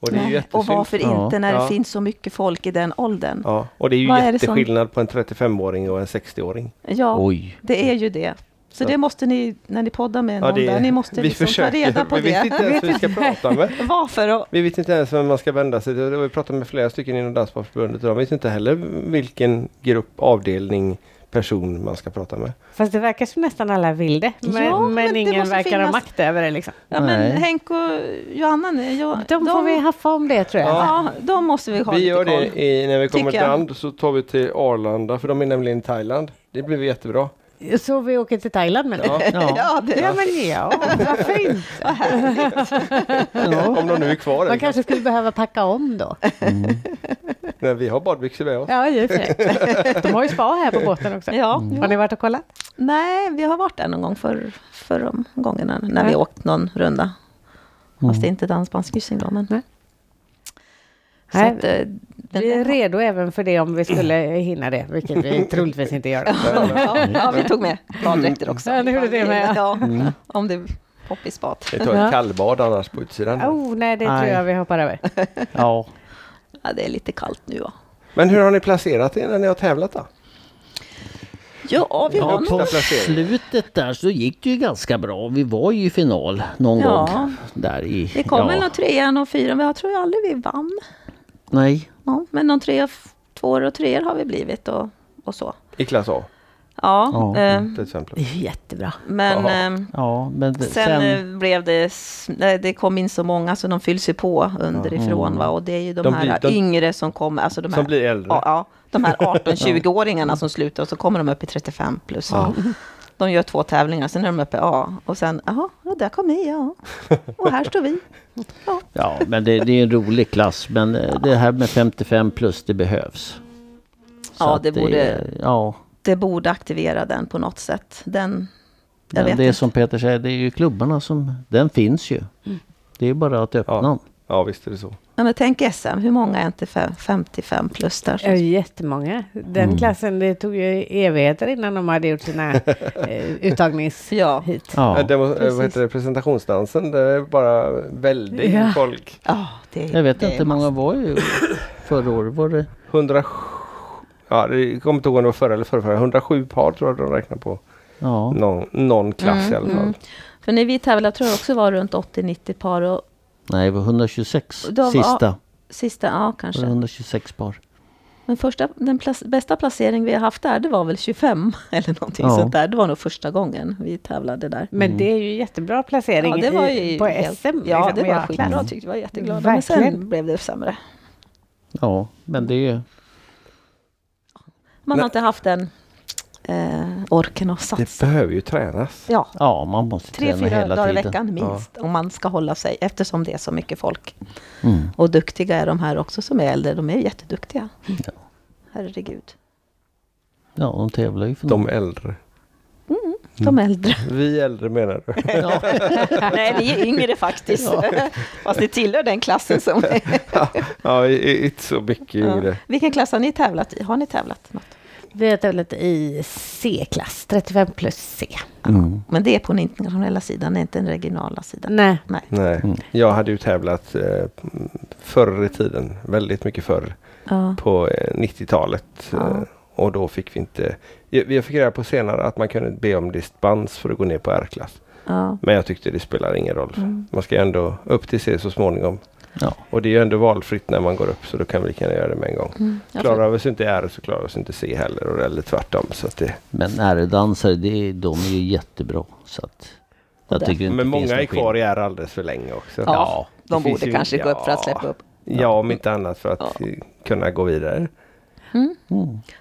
Och det är ju Nej, Och jättesynd. varför Ja. inte när det Ja. finns så mycket folk i den åldern? Ja, Ja, och det är ju Vad är det som- jätteskillnad på en 35-åring och en 60-åring. Oj. det är ju det. Så, Så. det måste ni, när ni poddar med Ja, någon det- där, ni måste vi liksom ta försöker, reda på vi vet inte det. ens hur vi ska prata med. Varför? Och, Vi vet inte ens vem man ska vända sig till. Vi pratade med flera stycken inom Dansbandsförbundet och de vet inte heller vilken grupp, avdelning, person man ska prata med. Fast det verkar som nästan alla vill det. Men, Ja, men, men det ingen måste verkar ha finnas- makt över det. Liksom. ja, men Nej. Henk och Johanna, nu, jag, De får vi haffa om det tror jag. Ja, de måste vi ha Vi lite gör koll. det i, när vi kommer Tycker till jag. land så tar vi till Arlanda för de är nämligen i Thailand. Det blir jättebra. Så vi åker till Thailand med det. Ja. Ja. Ja, det, Ja, men ja, varför inte? Om de nu är kvar Man där. kanske skulle behöva packa om då. Mm. Nej, vi har badbyxor med oss. Ja, i och för sig. De har ju spa här på båten också. ja. Har ni varit och kollat? Nej, vi har varit där någon gång för, för de gångerna när vi Ja. åkt någon runda. Fast det är inte dansbandskryssning då. Men. Mm. Nej. Så Nej, att, eh, den Vi är där- redo även för det om vi skulle hinna det, vilket vi troligtvis inte gör. ja, ja, vi tog med baddräkter också. Ja, ni gjorde det med, Mm. Ja, om det poppis bad. Vi tar Ja. ett kallbad annars på utsidan. Oh, nej, det tror Nej. jag vi hoppar över. Ja. Ja, det är lite kallt nu. Va? Men hur har ni placerat er när ni har tävlat då? Ja, vi Ja, har på nog... placering. slutet där så gick det ju ganska bra. Vi var ju i final någon Ja. gång. Där i, Det kom väl ja. någon trea, någon fyra, men jag tror ju aldrig vi vann. Nej, Ja, men någon trea, f- tvåor och treor har vi blivit och, och så. I klass A Ja, Ja. eh, till exempel. Det är jättebra. men... Jaha. ehm, ja, men det- Sen, sen, eh, blev det, s- nej, det kom in så många så de fylls ju på underifrån va? och det är ju de, De här blir- de- yngre som kommer, alltså de här, Som blir äldre. ja, ja, de här 18-20-åringarna som slutar och så kommer de upp i 35 plus. va. De gör två tävlingar, sen är de uppe i A och sen, jaha, ja, där kom ni, ja. Och här står vi. Ja, ja, men det, det är en rolig klass. Men eh, det här med 55 plus, det behövs. Så ja att det, borde, är- Ja, det borde aktivera den på något sätt. Den, jag men vet det är inte. som Peter säger, det är ju klubbarna som... Den finns ju. Mm. Det är bara att öppna Ja. den. Ja, visst är det så. Ja, men tänk SM, hur många är inte fe- 55 plus där? Det är som- jättemånga. Den Mm. klassen, det tog ju evigheter innan de hade gjort sina eh, uttagningshit. Ja. Ja, Ja, det var, eh, precis. vad heter det, presentationsdansen, det är bara väldigt Ja. folk. Ja, det, jag vet det är inte, många var ju förra året. Var det 107, ja, det- jag kommer inte ihåg om det var förra eller förra, 107 par tror jag de räknar på. Ja. Någon, någon Mm, klass i alla fall. För när vi tävlade tror jag också var runt 80-90 par och Nej, det var 126 Då var- sista. sista, ja Var det kanske. 126 par. Men första, den plas, bästa placering vi har haft där, det var väl 25 eller någonting Ja. sånt där. Det var nog första gången vi tävlade där. Men det är ju jättebra placering Mm. Ja, det var i- ju på helt- SM. Ja, liksom, det och var jag- skitbra tyckte jag. var jätteglada. Men Verkligen. sen blev det sämre. Ja, men det är ju... Man Nej. har inte haft den eh, orken och Det sats. behöver ju tränas. Ja, Ja, man måste tre, träna fyra hela dagar i tiden. veckan minst. Om man ska hålla sig, eftersom det är så mycket folk. Mm. Och duktiga är de här också som är äldre. De är jätteduktiga. Ja. Herregud. Ja, de tävlar ju för De äldre. Mm. De äldre. Vi äldre menar du? Ja. Nej, vi är yngre faktiskt. Fast det tillhör den klassen som ja, i- i- inte så mycket yngre. Vilken klass har ni tävlat i? Har ni tävlat något? Vi har tävlat i C-klass, 35 plus C. Mm. Men det är på den internationella sidan, det är inte den regionala sidan. Nej, Nej. Nej, Mm. jag hade ju tävlat eh, förr i tiden, väldigt mycket förr, Ja. på eh, 90-talet. Ja. Eh, och då fick vi inte, jag, jag fick reda på senare att man kunde be om dispens för att gå ner på R-klass. Ja. Men jag tyckte det spelar ingen roll. Mm. Man ska ju ändå upp till C så småningom. Ja. Och det är ju ändå valfritt när man går upp så då kan vi lika gärna göra det med en gång. Mm. jag Klarar vi oss inte i R så klarar vi oss inte i C heller och- eller tvärtom. Så att det, Men R-dansare, det- de är ju jättebra. Så att jag där- tycker inte men det finns många är någon kvar i R alldeles för länge också. Ja, De det finns borde ju- kanske gå upp för att ja. släppa upp. Ja, om inte annat för att Ja. eh, kunna gå vidare.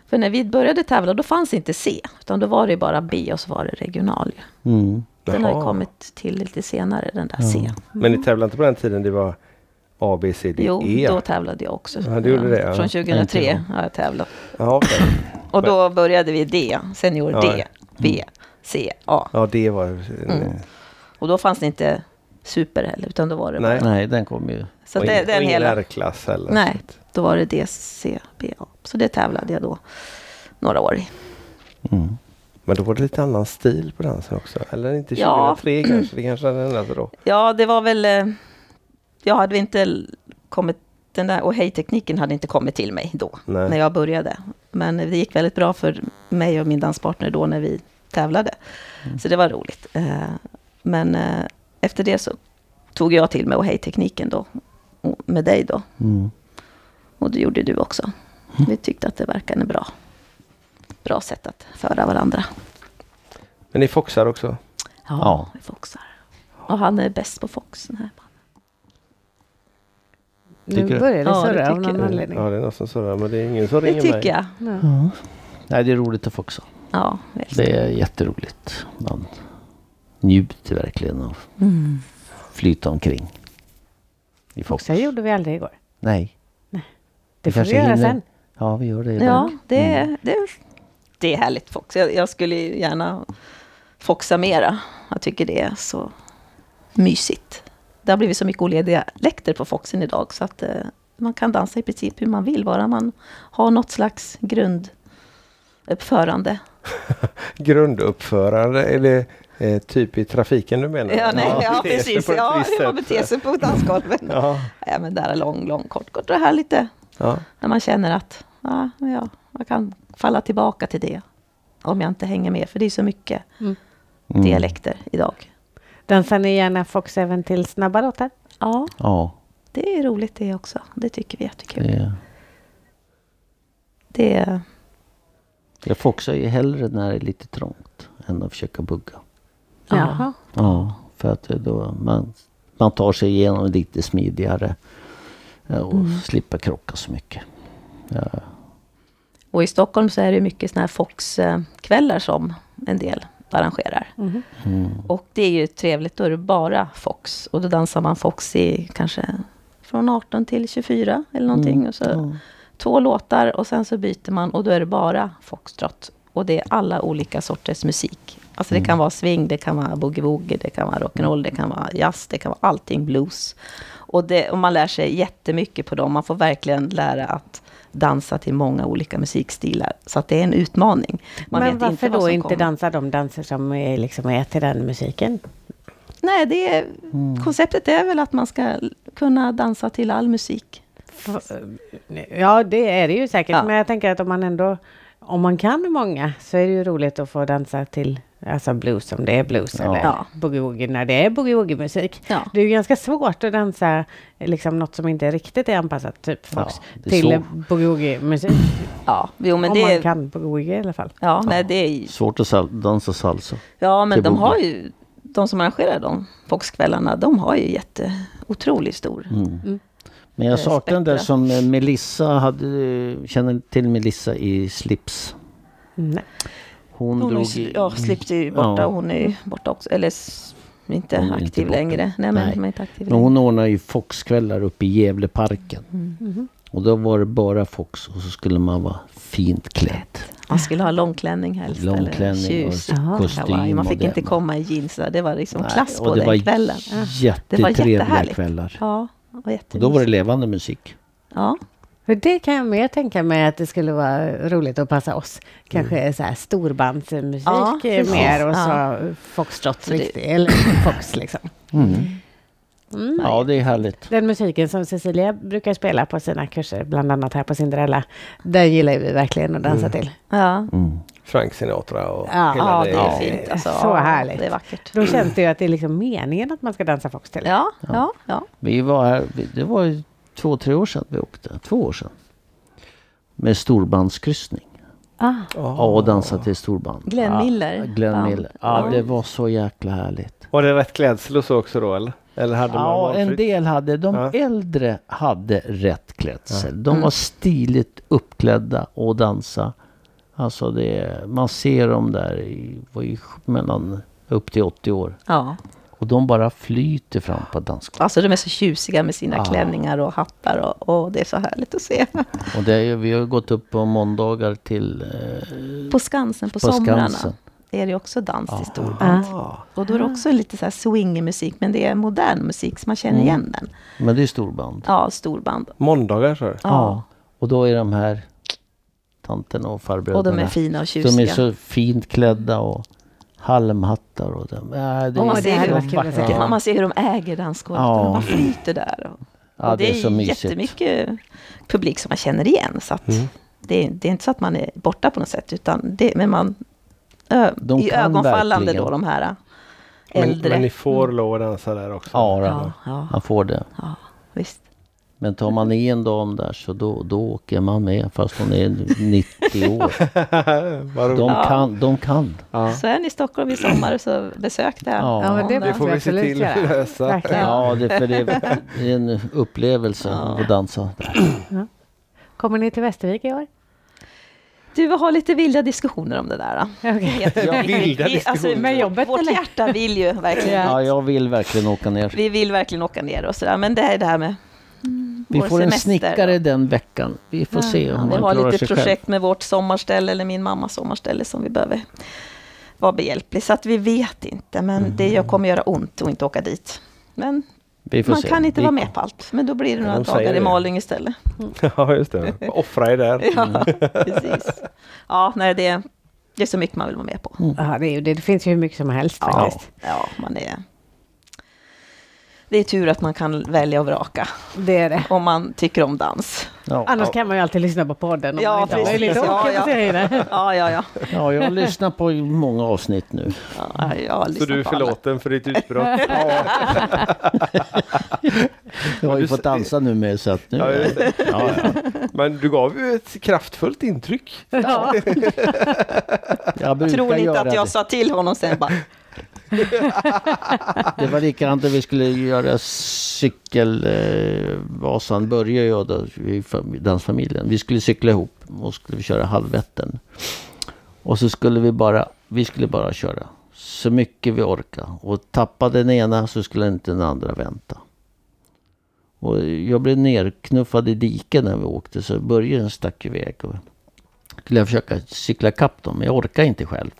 För när vi började tävla, då fanns inte C, utan då var det bara B och så var det regional. skillnad. Mm. Den har ju Jaha. kommit till lite senare, den där C. Men ni tävlade inte på den tiden det var A, B, C, D, Jo, E? då tävlade jag också. Ja, du gjorde det, ja. Från Inte 2003 jag. har jag tävlat. Ja, okej. Och då började vi D, senior Ja. D, B, C, A. ja det var... Mm. Och då fanns det inte super heller, utan då var det Nej. bara... Nej, den kom ju. Så att det, det är en ingen hela... R-klass heller. Nej, då var det D, C, B, A. Så det tävlade jag då några år i. Mm. Men då var det lite annan stil på dansen också. Eller inte 2003 Ja. kanske. Det kanske hade ändrats då. Ja, det var väl... eh, Jag hade väl inte l- kommit... Den där och hej-tekniken hade inte kommit till mig då, Nej. när jag började. Men det gick väldigt bra för mig och min danspartner då när vi tävlade. Så det var roligt. Eh, Men eh, efter det så tog jag till mig och hej-tekniken då, och med dig då. Mm. Och det gjorde du också. Vi tyckte att det verkade bra. Bra sätt att föra varandra. Men ni foxar också? Ja. vi foxar. Och han är bäst på fox. Den här. Nu Tycker du? börjar det Ja, det surra av tycker någon jag. anledning. Ja, det är någon som surrar. Men det är ingen som Det ringer mig. tycker jag. Nej, det är roligt att foxa. Ja, vi älskar Det är jätteroligt. Man njuter verkligen av att flyta omkring. I fox. Så gjorde vi aldrig igår. Nej. Det får vi kanske göra hinner. sen. Ja, vi gör det idag. Ja, det, är- det, är- det är härligt fox. Jag, jag skulle ju gärna foxa mera. Jag tycker det är så mysigt. Det har blivit så mycket olika dialekter på foxen idag så att eh, man kan dansa i princip hur man vill, bara man har något slags grunduppförande. Grunduppförande, är det eh, typ i trafiken du menar? Ja, nej, ja, det är precis. på ett Ja, typ. visst hur man sätt. beter sig på dansgolvet. Ja, ja, men där är lång, lång, kort, kort. Det här lite ja. När man känner att ja, men ja, jag kan falla tillbaka till det. Om jag inte hänger med, för det är så mycket Mm. dialekter idag. Dansar ni gärna Fox även till snabba låtar? Ja, Ja, det är roligt det också. Det tycker vi är jättekul. det är... Det är, Jag foxar ju hellre när det är lite trångt än att försöka bugga. Ja. Jaha. Ja, för att det då man, man tar sig igenom lite smidigare ja, och Mm. slipper krocka så mycket. och i Stockholm så är det mycket sådana här Fox-kvällar som en del arrangerar. Och det är ju trevligt, då är det bara Fox. Och då dansar man Fox i kanske från 18 till 24 eller någonting. Mm, Och så Två låtar och sen så byter man och då är det bara foxtrot. Och det är alla olika sorters musik. Alltså det Mm. kan vara swing, det kan vara boogie-woogie, det kan vara rock'n'roll, det kan vara jazz, det kan vara allting blues. Och, det, och man lär sig jättemycket på dem. Man får verkligen lära att dansa till många olika musikstilar. Så att det är en utmaning. Man Men vet varför inte vad då som inte kommer. dansa de danser som är, liksom är till den musiken? Nej, det är, Mm. konceptet är väl att man ska kunna dansa till all musik. F- Ja, det är det ju säkert. Ja. Men jag tänker att om man ändå... Om man kan många så är det ju roligt att få dansa till alltså blues om det är blues Ja. eller Ja. boogie-woogie när det är boogie-woogie-musik. Ja. Det är ju ganska svårt att dansa liksom något som inte riktigt är anpassat, typ fox, det är till så. boogie-woogie-musik. Ja, jo, men Om det man är... kan boogie-woogie i alla fall. Ja, nej, det är, Svårt att sal- dansa salsa. ja, men Till de Boden. har ju... De som arrangerar de Foxkvällarna, de har ju jätte... Otroligt stor. Mm. Men jag Det är saknar den där spektrat. som eh, Melissa hade, känner ni till Melissa i Slips. Nej. Hon, Hon drog är, ju- i- ja, Slips är ju borta. Ja. Hon är ju borta också. Eller s- inte Hon är inte aktiv borta. längre. Nej, men Nej. hon är inte aktiv Mm. Men längre. hon ordnar ju foxkvällar uppe i Gävleparken. Mm. Mm-hmm. Och då var det bara fox och så skulle man vara fint klädd. Man skulle ha långklänning helst. eller Långklänning och tjus. Jaha. Hawaii. kostym. Man och fick det. inte komma i jeans. där. Det var liksom Nej, klass på och det den var kvällen. Det var Jättetrevliga jättehärligt. kvällar. Ja, det var Och då var det jättemysigt. levande musik. Ja. För det kan jag mer tänka mig att det skulle vara roligt att passa oss. Kanske så här storbandsmusik Mm. Ja, eh, mer och så Ja. foxtrot Så det- riktigt, eller fox liksom. Mm. Mm. Ja, det är härligt. Den musiken som Cecilia brukar spela på sina kurser, bland annat här på Cinderella, den gillar ju vi verkligen att dansa till. ja. Frank Sinatra och Ja, hela Ja, det. det är fint. Alltså, Så Ja, härligt. Det är vackert. Då känns det ju att det är liksom meningen att man ska dansa fox till. Ja, ja, ja. Vi var här, vi- det var ju två, tre år sedan vi åkte. Två år sedan. Med storbandskryssning. Ah, Ja, och dansa till storband. Glenn ja, Miller. Glenn Ja. Miller. Ja, det var så jäkla härligt. Var det rätt klädsel och så också då eller? Eller hade man Ja, en valfritt? del hade, de Ja. äldre hade rätt klädsel. De Mm. var stiligt uppklädda och dansa. Alltså det, man ser dem där i, var ju mellan upp till 80 år. ja. Och de bara flyter fram på dansgolvet. Alltså de är så tjusiga med sina Ja. klänningar och hattar och, och det är så härligt att se. Och det är, ju- vi har ju gått upp på måndagar till... Eh, På Skansen på, På somrarna Skansen. är det också dans till storband. Och då är det också lite så här swingig musik, men det är modern musik så man känner Mm. igen den. men det är storband. Ja, storband. Måndagar sa du? Ja. Och då är de här tanterna och farbröderna. Och de är fina och De är tjusiga. så fint klädda och halmhattar och de, äh, det, Åh, är, det hade varit kul att se. Ja, Man ser hur de äger dansgolvet. Ja. och De bara flyter där. Och, Ja, och det är så mysigt. Mm. jättemycket publik som man känner igen. Så att det, är, det är inte så att man är borta på något sätt. Utan det, men man... Ö, De I kan ögonfallande verkligen. då, de här ä, Men, äldre. Mm. men ni får lov att dansa där också? ja, ja, ja. ja, han får det. ja, visst. Men tar man i en dam där så då, då åker man med fast hon är 90 år. Vad roligt. De kan, de kan. Så är ni i Stockholm i sommar så besök det. Ja. Ja, men det, måste får vi se absolut till att göra. lösa. Verkligen. Ja, det, för det är det är en upplevelse att dansa. Kommer ni till Västervik i år? Du, vi har lite vilda diskussioner om det där. då. Okej. Ja, vilda Vi- diskussioner. Med jobbet, Vårt eller? hjärta vill ju verkligen Ja, jag vill verkligen åka ner. Vi vill verkligen åka ner och sådär, men det är det här med mm, Vi vår får en semester snickare den veckan. Vi får se och- om Vi man har klarar lite sig själv. projekt med vårt sommarställe, eller min mammas sommarställe, som vi behöver vara behjälplig. Så att vi vet inte, men det gör- kommer göra ont att inte åka dit. Men Mhm. Vi får man se. kan inte Vi- vara med på allt, men då blir det några de dagar säger i det. Malung istället. Ja, just det. Offra er där. Mm. Ja, precis. Ja, nej, det, det är så mycket man vill vara med på. Mm. Ja, det, är ju- det, det finns ju hur mycket som helst Ja. faktiskt. Ja, man är... Det är tur att man kan välja och vraka Det är det. om man tycker om dans. Ja. Annars kan man ju alltid lyssna på podden om Ja, man inte har precis. möjlighet att Ja, åka ja. på serierna. Ja, ja, ja. ja, jag har lyssnat på många avsnitt nu. ja jag har Så lyssnat du är på alla. förlåten för ditt utbrott? Liksom ja, Jag har ju du fått ser- dansa nu med så att nu... ja, just det. Ja, ja. Men du gav ju ett kraftfullt intryck. Ja. Jag brukar Tror ni inte göra att jag det. sa till honom sen bara, Det var likadant när vi skulle göra cykelvasan. Eh, Vasan började jag då i fam- dansfamiljen. Vi skulle cykla ihop och skulle vi köra halvvätten. Och så skulle vi bara, vi skulle bara köra så mycket vi orkade. Och tappade den ena så skulle inte den andra vänta. Och jag blev nerknuffad i diken när vi åkte så Börje stack iväg. Och skulle jag försöka cykla kapp dem, men jag orkade inte själv.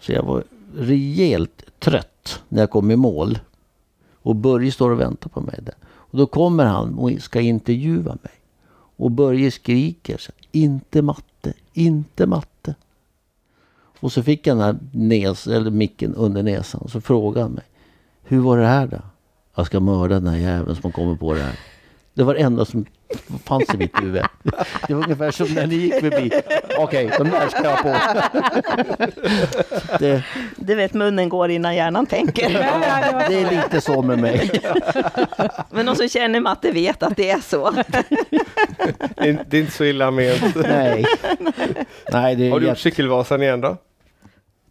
Så jag var rejält trött när jag kom i mål. Och Börje står och väntar på mig där. Och då kommer han och ska intervjua mig. Och Börje skriker så här, inte matte, inte matte. Och så fick jag den här näs, eller micken under näsan och så frågade han mig. Hur var det här då? Jag ska mörda den här jäveln som kommer på det här. Det var det enda som fanns i mitt huvud. Det var ungefär som när ni gick förbi. Okej, de där ska jag på. Det, du vet munnen går innan hjärnan tänker. det är lite så med mig. Men de som känner matte vet att det är så. Det är det är inte så illa ment. Nej. Nej, det är Har du gjort jätte... cykelvasan igen då?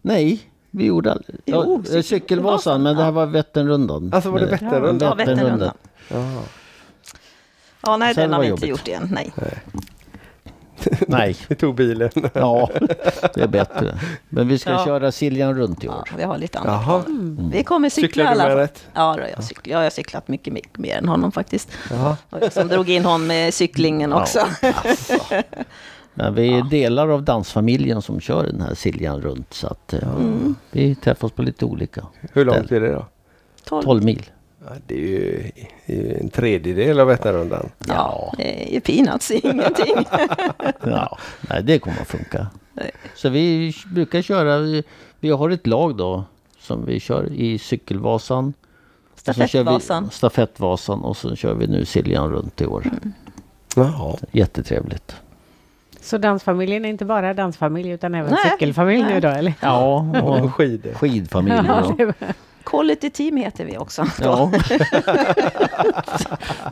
Nej, vi gjorde aldrig. Jo, Ja, cykel- Cykelvasan, men det här var Vätternrundan. Alltså var det Eller- Vätternrundan? Ja, Vätternrundan. Ja, nej, Sen den har var vi inte jobbigt. gjort igen. Nej. Nej, Ni tog bilen. ja, det är bättre. Men vi ska Ja. köra Siljan runt i Ja, år. vi har lite annat. Mm. Jaha. Mm. Vi kommer cykla Cyklar du alla med fall. rätt? Ja, då, jag, cyklar, jag har cyklat mycket, mycket mer än honom faktiskt. Och jag som drog in honom med cyklingen också. Men vi är delar av dansfamiljen som kör den här Siljan runt. Så att eh, vi träffas på lite olika. Hur långt är det då? 12 mil. Ja, det är ju det är ju en tredjedel av Vätternrundan. Ja, det är ju peanuts, ingenting. Ja, nej, det kommer att funka. Så vi brukar köra, vi, vi har ett lag då som vi kör i Cykelvasan. Och så kör vi Stafettvasan. Stafettvasan och så kör vi nu Siljan runt i år. Mm. Jaha. Jättetrevligt. Så dansfamiljen är inte bara dansfamilj utan även Nej. cykelfamilj nu då eller? Ja, Och och skidor. skidfamiljer. och- Quality team heter vi också. Ja,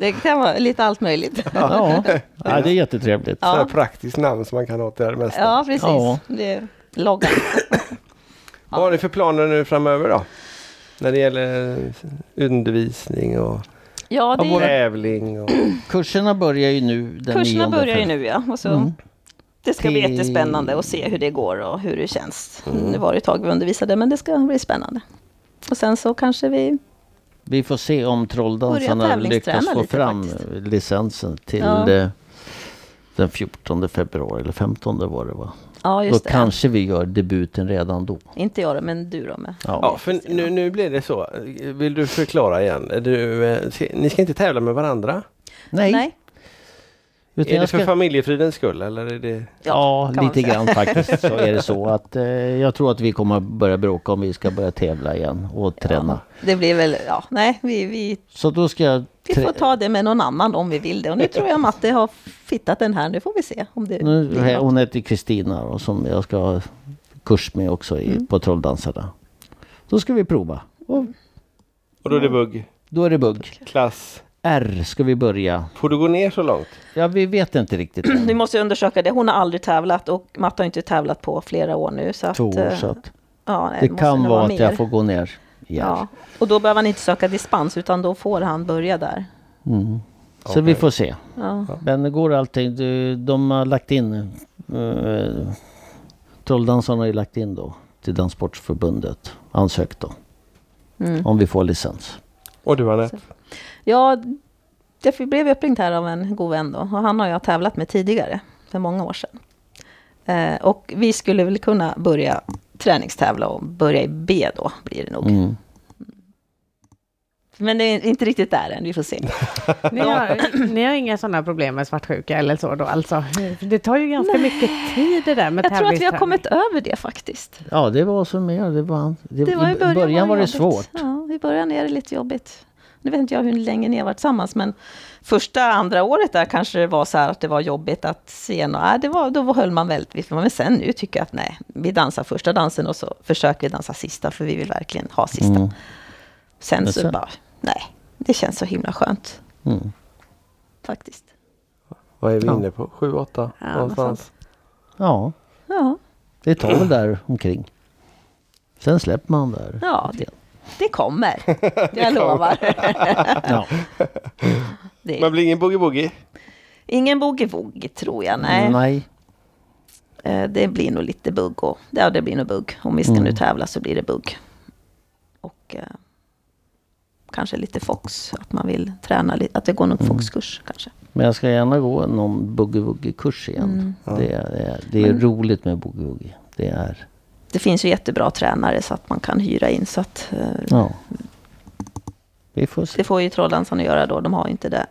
Det kan vara lite allt möjligt. ja. ja, det är jättetrevligt. Ja. Ja. praktiskt namn som man kan ha till det här mesta. Ja, precis. Ja. Det är loggan. Vad har ni för planer nu framöver då? När det gäller undervisning och Ja, det är tävling och Kurserna börjar ju nu den Kurserna 9 börjar ju feb- nu ja. Och så Det ska bli Mm. jättespännande att se hur det går och hur det känns. Nu var det ett tag vi undervisade, men det ska bli spännande. Och sen så kanske vi... Vi får se om trolldansarna Börja lyckas tävlingsträna få lite fram faktiskt. licensen till Ja. eh, den 14 februari, eller 15 var det va? Ja, Då just det. kanske vi gör debuten redan då. Inte jag då, men du då med. Ja. Ja, för nu, nu blir det så. Vill du förklara igen? Är Du, eh, ska, ni ska inte tävla med varandra? Nej. Utan Är det jag för ska... familjefridens skull eller är det... Ja, kan man lite säga. grann faktiskt så är det så att eh, jag tror att vi kommer börja bråka om vi ska börja tävla igen och träna. Det blir väl, ja, nej, vi, vi, Så då ska jag... vi trä- får ta det med någon annan om vi vill det. Och nu tror jag Matte har fittat den här, nu får vi se om det Nu, blir he- något. hon heter Kristina då, som jag ska ha kurs med också Mm. i, på Trolldansarna. Då ska vi prova. Och Och då är det bugg, då är det bugg. klass. R ska vi börja. Får du gå ner så långt? Ja, vi vet inte riktigt. än. Vi måste undersöka det. Hon har aldrig tävlat och Matte har inte tävlat på flera år nu. Så att, Två år, eh, så att ja, nej, det måste kan nog vara att mer. jag får gå ner. Ja. Ja. Och då behöver han inte söka dispens, utan då får han börja där. Mm. Så vi får se. Ja. Men går allting? Du, de har lagt in... Eh, Trolldansarna har ju lagt in då till Danssportförbundet. Ansökt då. Mm. Om vi får licens. Och du Anette? Ja, jag blev uppringd här av en god vän då. Och han har jag tävlat med tidigare, för många år sedan. Eh, och vi skulle väl kunna börja träningstävla och börja i B då, blir det nog. Mm. Men det är inte riktigt där än, vi får se. Ni har, ni har inga sådana problem med svartsjuka eller så då alltså? Det tar ju ganska mycket tid det där med Jag tror att vi har tävlingsträning. kommit över det faktiskt. Ja, det var som mer. Det var, det, Det var i början, var det jobbigt. svårt. Ja, I början är det lite jobbigt. Nu vet inte jag hur länge ni har varit tillsammans, men första, andra året där kanske det var så här att det var jobbigt att se något. Nej, det var, då höll man väldigt vid. Men sen nu tycker jag att nej, vi dansar första dansen och så försöker vi dansa sista, för vi vill verkligen ha sista. Mm. Sen Men så sen- bara, nej, det känns så himla skönt Mm. faktiskt. Vad är vi Ja. inne på? Sju, åtta? Ja, någonstans. Ja, Ja, det tar väl där omkring. Sen släpper man där. ja det, det kommer. Jag lovar. Ja. Det Men är blir ingen boogie-boogie? ingen boogie-woogie tror jag, nej. Nej. Eh, Det blir nog lite bugg. Och, ja, det blir nog bugg. Om vi ska Mm. nu tävla så blir det bugg. Och eh, kanske lite fox. Att man vill träna lite. Att det går någon Mm. foxkurs kanske. Men jag ska gärna gå någon boogie-woogie-kurs Mm. igen. Det, är, det är roligt med boogie-woogie. Det är... Det finns ju jättebra tränare så att man kan hyra in. Så att, eh, Ja. Vi får se. det får ju trolldansarna göra då. De har ju inte det.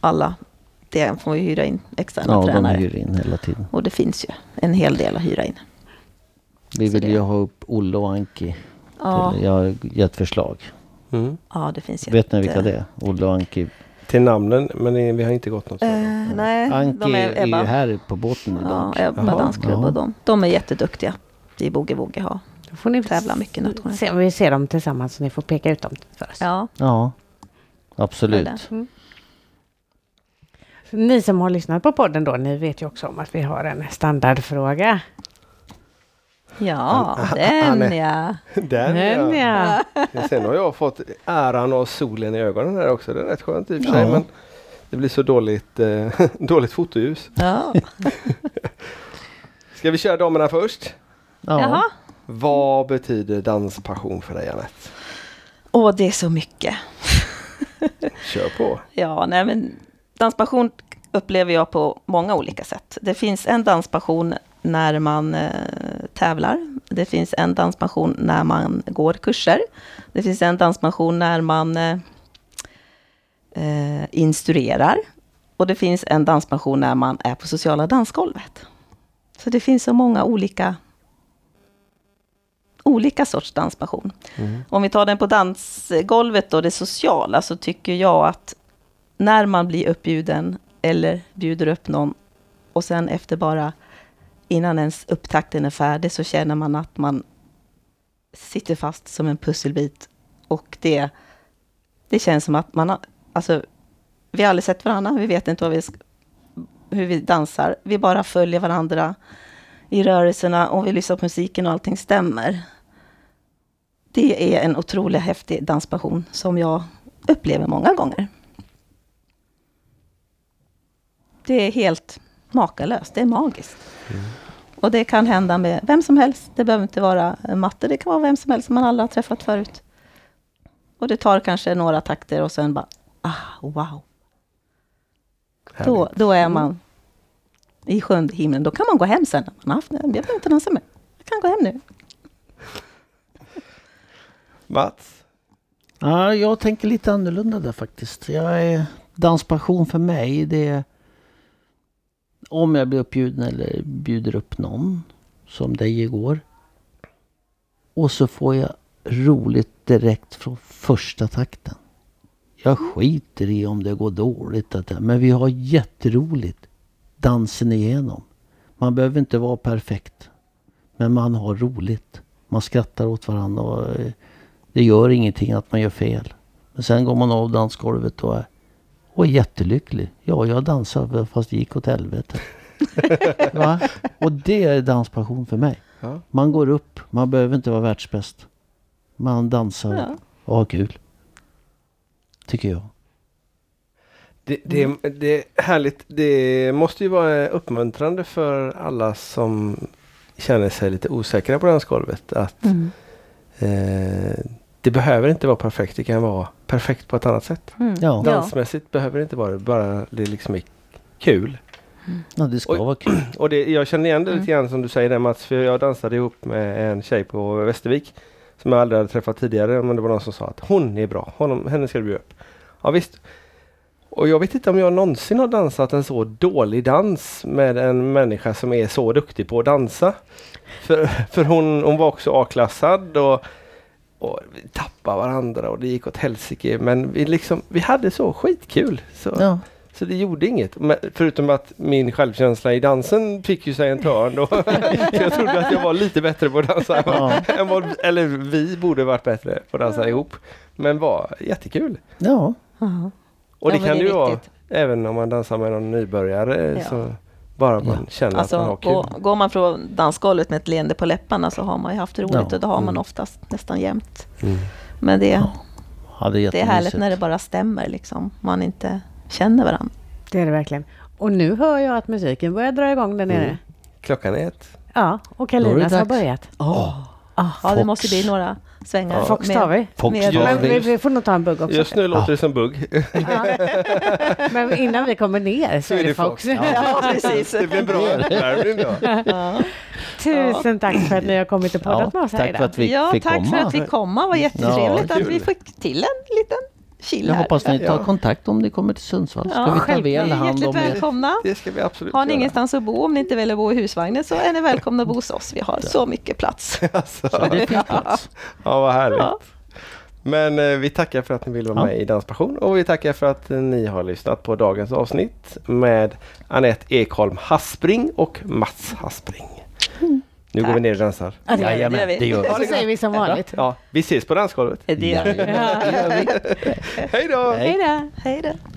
Alla. Det får ju hyra in externa Ja, de tränare. hyr in hela tiden. Och det finns ju en hel del att hyra in. Vi Så vill det- ju ha upp Olle och Anki. Ja, Till, jag har gett förslag. Mm. ja det finns ju. Vet ni vilka det är? Olle och Anki. Till namnen, men det- vi har inte gått något sådant. Eh, nej, Anki de är, är ju Ebba. här på båten Ja, idag. Ebba Jaha. dansklubb Ja. och de. De är jätteduktiga i boogie woogie. Ja. Då får ni tävla mycket nationellt. Se, vi ser dem tillsammans så ni får peka ut dem för oss. Mm. Ja. Ja, Eller? absolut. Ni som har lyssnat på podden då, ni vet ju också om att vi har en standardfråga. Ja, Han- han- han den är- ja. Den Den, ja. ja. Sen har jag fått äran av solen i ögonen här också. Det är rätt skönt i och för sig. Ja. Men det blir så dåligt, eh, dåligt fotoljus. ja. Ska vi köra damerna först? Ja. Jaha. Vad betyder danspassion för dig Anette? Åh, det är så mycket. Kör på! Ja, nej men danspassion upplever jag på många olika sätt. Det finns en danspassion när man eh, tävlar. Det finns en danspassion när man går kurser. Det finns en danspassion när man eh, eh, instruerar. Och det finns en danspassion när man är på sociala dansgolvet. Så det finns så många olika olika sorts danspassion. Om vi tar den på dansgolvet då, det sociala, så tycker jag att när man blir uppbjuden eller bjuder upp någon och sen efter bara innan ens upptakten är färdig så känner man att man sitter fast som en pusselbit och det, det känns som att man har, alltså vi har aldrig sett varandra, vi vet inte vad vi, sk- hur vi dansar, vi bara följer varandra i rörelserna och vi lyssnar på musiken och allting stämmer. Det är en otroligt häftig danspassion som jag upplever många gånger. Det är helt makalöst, det är magiskt. Och det kan hända med vem som helst. Det behöver inte vara eh, matte, det kan vara vem som helst som man aldrig har träffat förut. Och det tar kanske några takter och sen bara, ah, wow. Då, då är man i sjunde himlen. Då kan man gå hem sen. när Man har haft, jag behöver inte dansa mer. Jag kan gå hem nu. Mats? Ja, jag tänker lite annorlunda där faktiskt. Jag är, danspassion för mig, det är om jag blir uppbjuden eller bjuder upp någon, som dig igår. Och så får jag roligt direkt från första takten. Jag skiter i om det går dåligt, att det- men vi har jätteroligt dansen igenom. Man behöver inte vara perfekt, men man har roligt. Man skrattar åt varandra. Och, eh, det gör ingenting att man gör fel. Men sen går man av dansgolvet och är, och är jättelycklig. Ja, jag dansar fast det gick åt helvete. Va? Och det är danspassion för mig. Ja. Man går upp, man behöver inte vara världsbäst. Man dansar Ja. och har kul. Tycker jag. Det, det, det är härligt. Det måste ju vara uppmuntrande för alla som känner sig lite osäkra på dansgolvet. Att Mm. eh, det behöver inte vara perfekt. Det kan vara perfekt på ett annat sätt. Ja, Ja. Dansmässigt behöver det inte vara det. Bara det liksom är kul. ja det ska Oj. vara kul. Och det, jag känner igen det lite grann som du säger där Mats. För jag dansade ihop med en tjej på Västervik. Som jag aldrig hade träffat tidigare. Men det var någon som sa att hon är bra. Honom, henne ska du bjuda upp. Ja visst. Och jag vet inte om jag någonsin har dansat en så dålig dans med en människa som är så duktig på att dansa. För, för hon, hon var också A-klassad och, och vi tappade varandra och det gick åt helsike. Men vi, liksom, vi hade så skitkul. Så. Ja. Så det gjorde inget. Men, förutom att min självkänsla i dansen fick ju sig en törn då. Så jag trodde att jag var lite bättre på att dansa. än vad- Ja. Än vad, eller vi borde varit bättre på att dansa ihop. Men var jättekul. ja, Ja. Och det Ja, men kan det det är ju vara viktigt. även om man dansar med någon nybörjare. Ja. Så bara man känner att man Alltså, har kul. gå, går man från dansgolvet med ett leende på läpparna så har man ju haft roligt Ja. och det har man Mm. oftast nästan jämt. Mm. Men det, hade det är härligt när det bara stämmer, liksom. man inte känner varandra. Det är det verkligen. Och nu hör jag att musiken börjar dra igång där nere. Mm. Klockan är ett. Ja, och är det Kalinas har dags. börjat. Ja, det Fox. måste bli några svängar. Ja. Fox tar vi. Fox med- Ja, Men vi, visst. vi får nog ta en bugg också. Just nu låter det som bugg. Ja. Men innan vi kommer ner så är det Fox. Ja, precis. Det blir bra uppvärmning då. Ja. Tusen tack för att ni har kommit och poddat Ja, med oss här tack för idag. att vi ja, fick tack komma. för att vi kom. Det var jättetrevligt Ja, kul. att vi fick till en liten chill Jag här. hoppas ni tar Ja. kontakt om ni kommer till Sundsvall. Ska Ja, vi ta självklart. väl Ni Ni är hand hjärtligt om er. välkomna. Det ska vi absolut Har ni göra. ingenstans att bo, om ni inte väljer att bo i husvagnen, så är ni välkomna att bo hos oss. Vi har så mycket plats. Alltså. Så det finns plats. Ja, vad härligt. Ja. Men eh, vi tackar för att ni vill vara Ja. med i Danspassion och vi tackar för att eh, ni har lyssnat på dagens avsnitt med Anette Ekholm Haspring och Mats Haspring. Nu går vi ner och dansar. Ja, det gör vi. Jajamän, det gör vi. Så säger vi som vanligt. Ja, vi ses på dansgolvet. Det gör vi. Hej då! Hej. Hej då.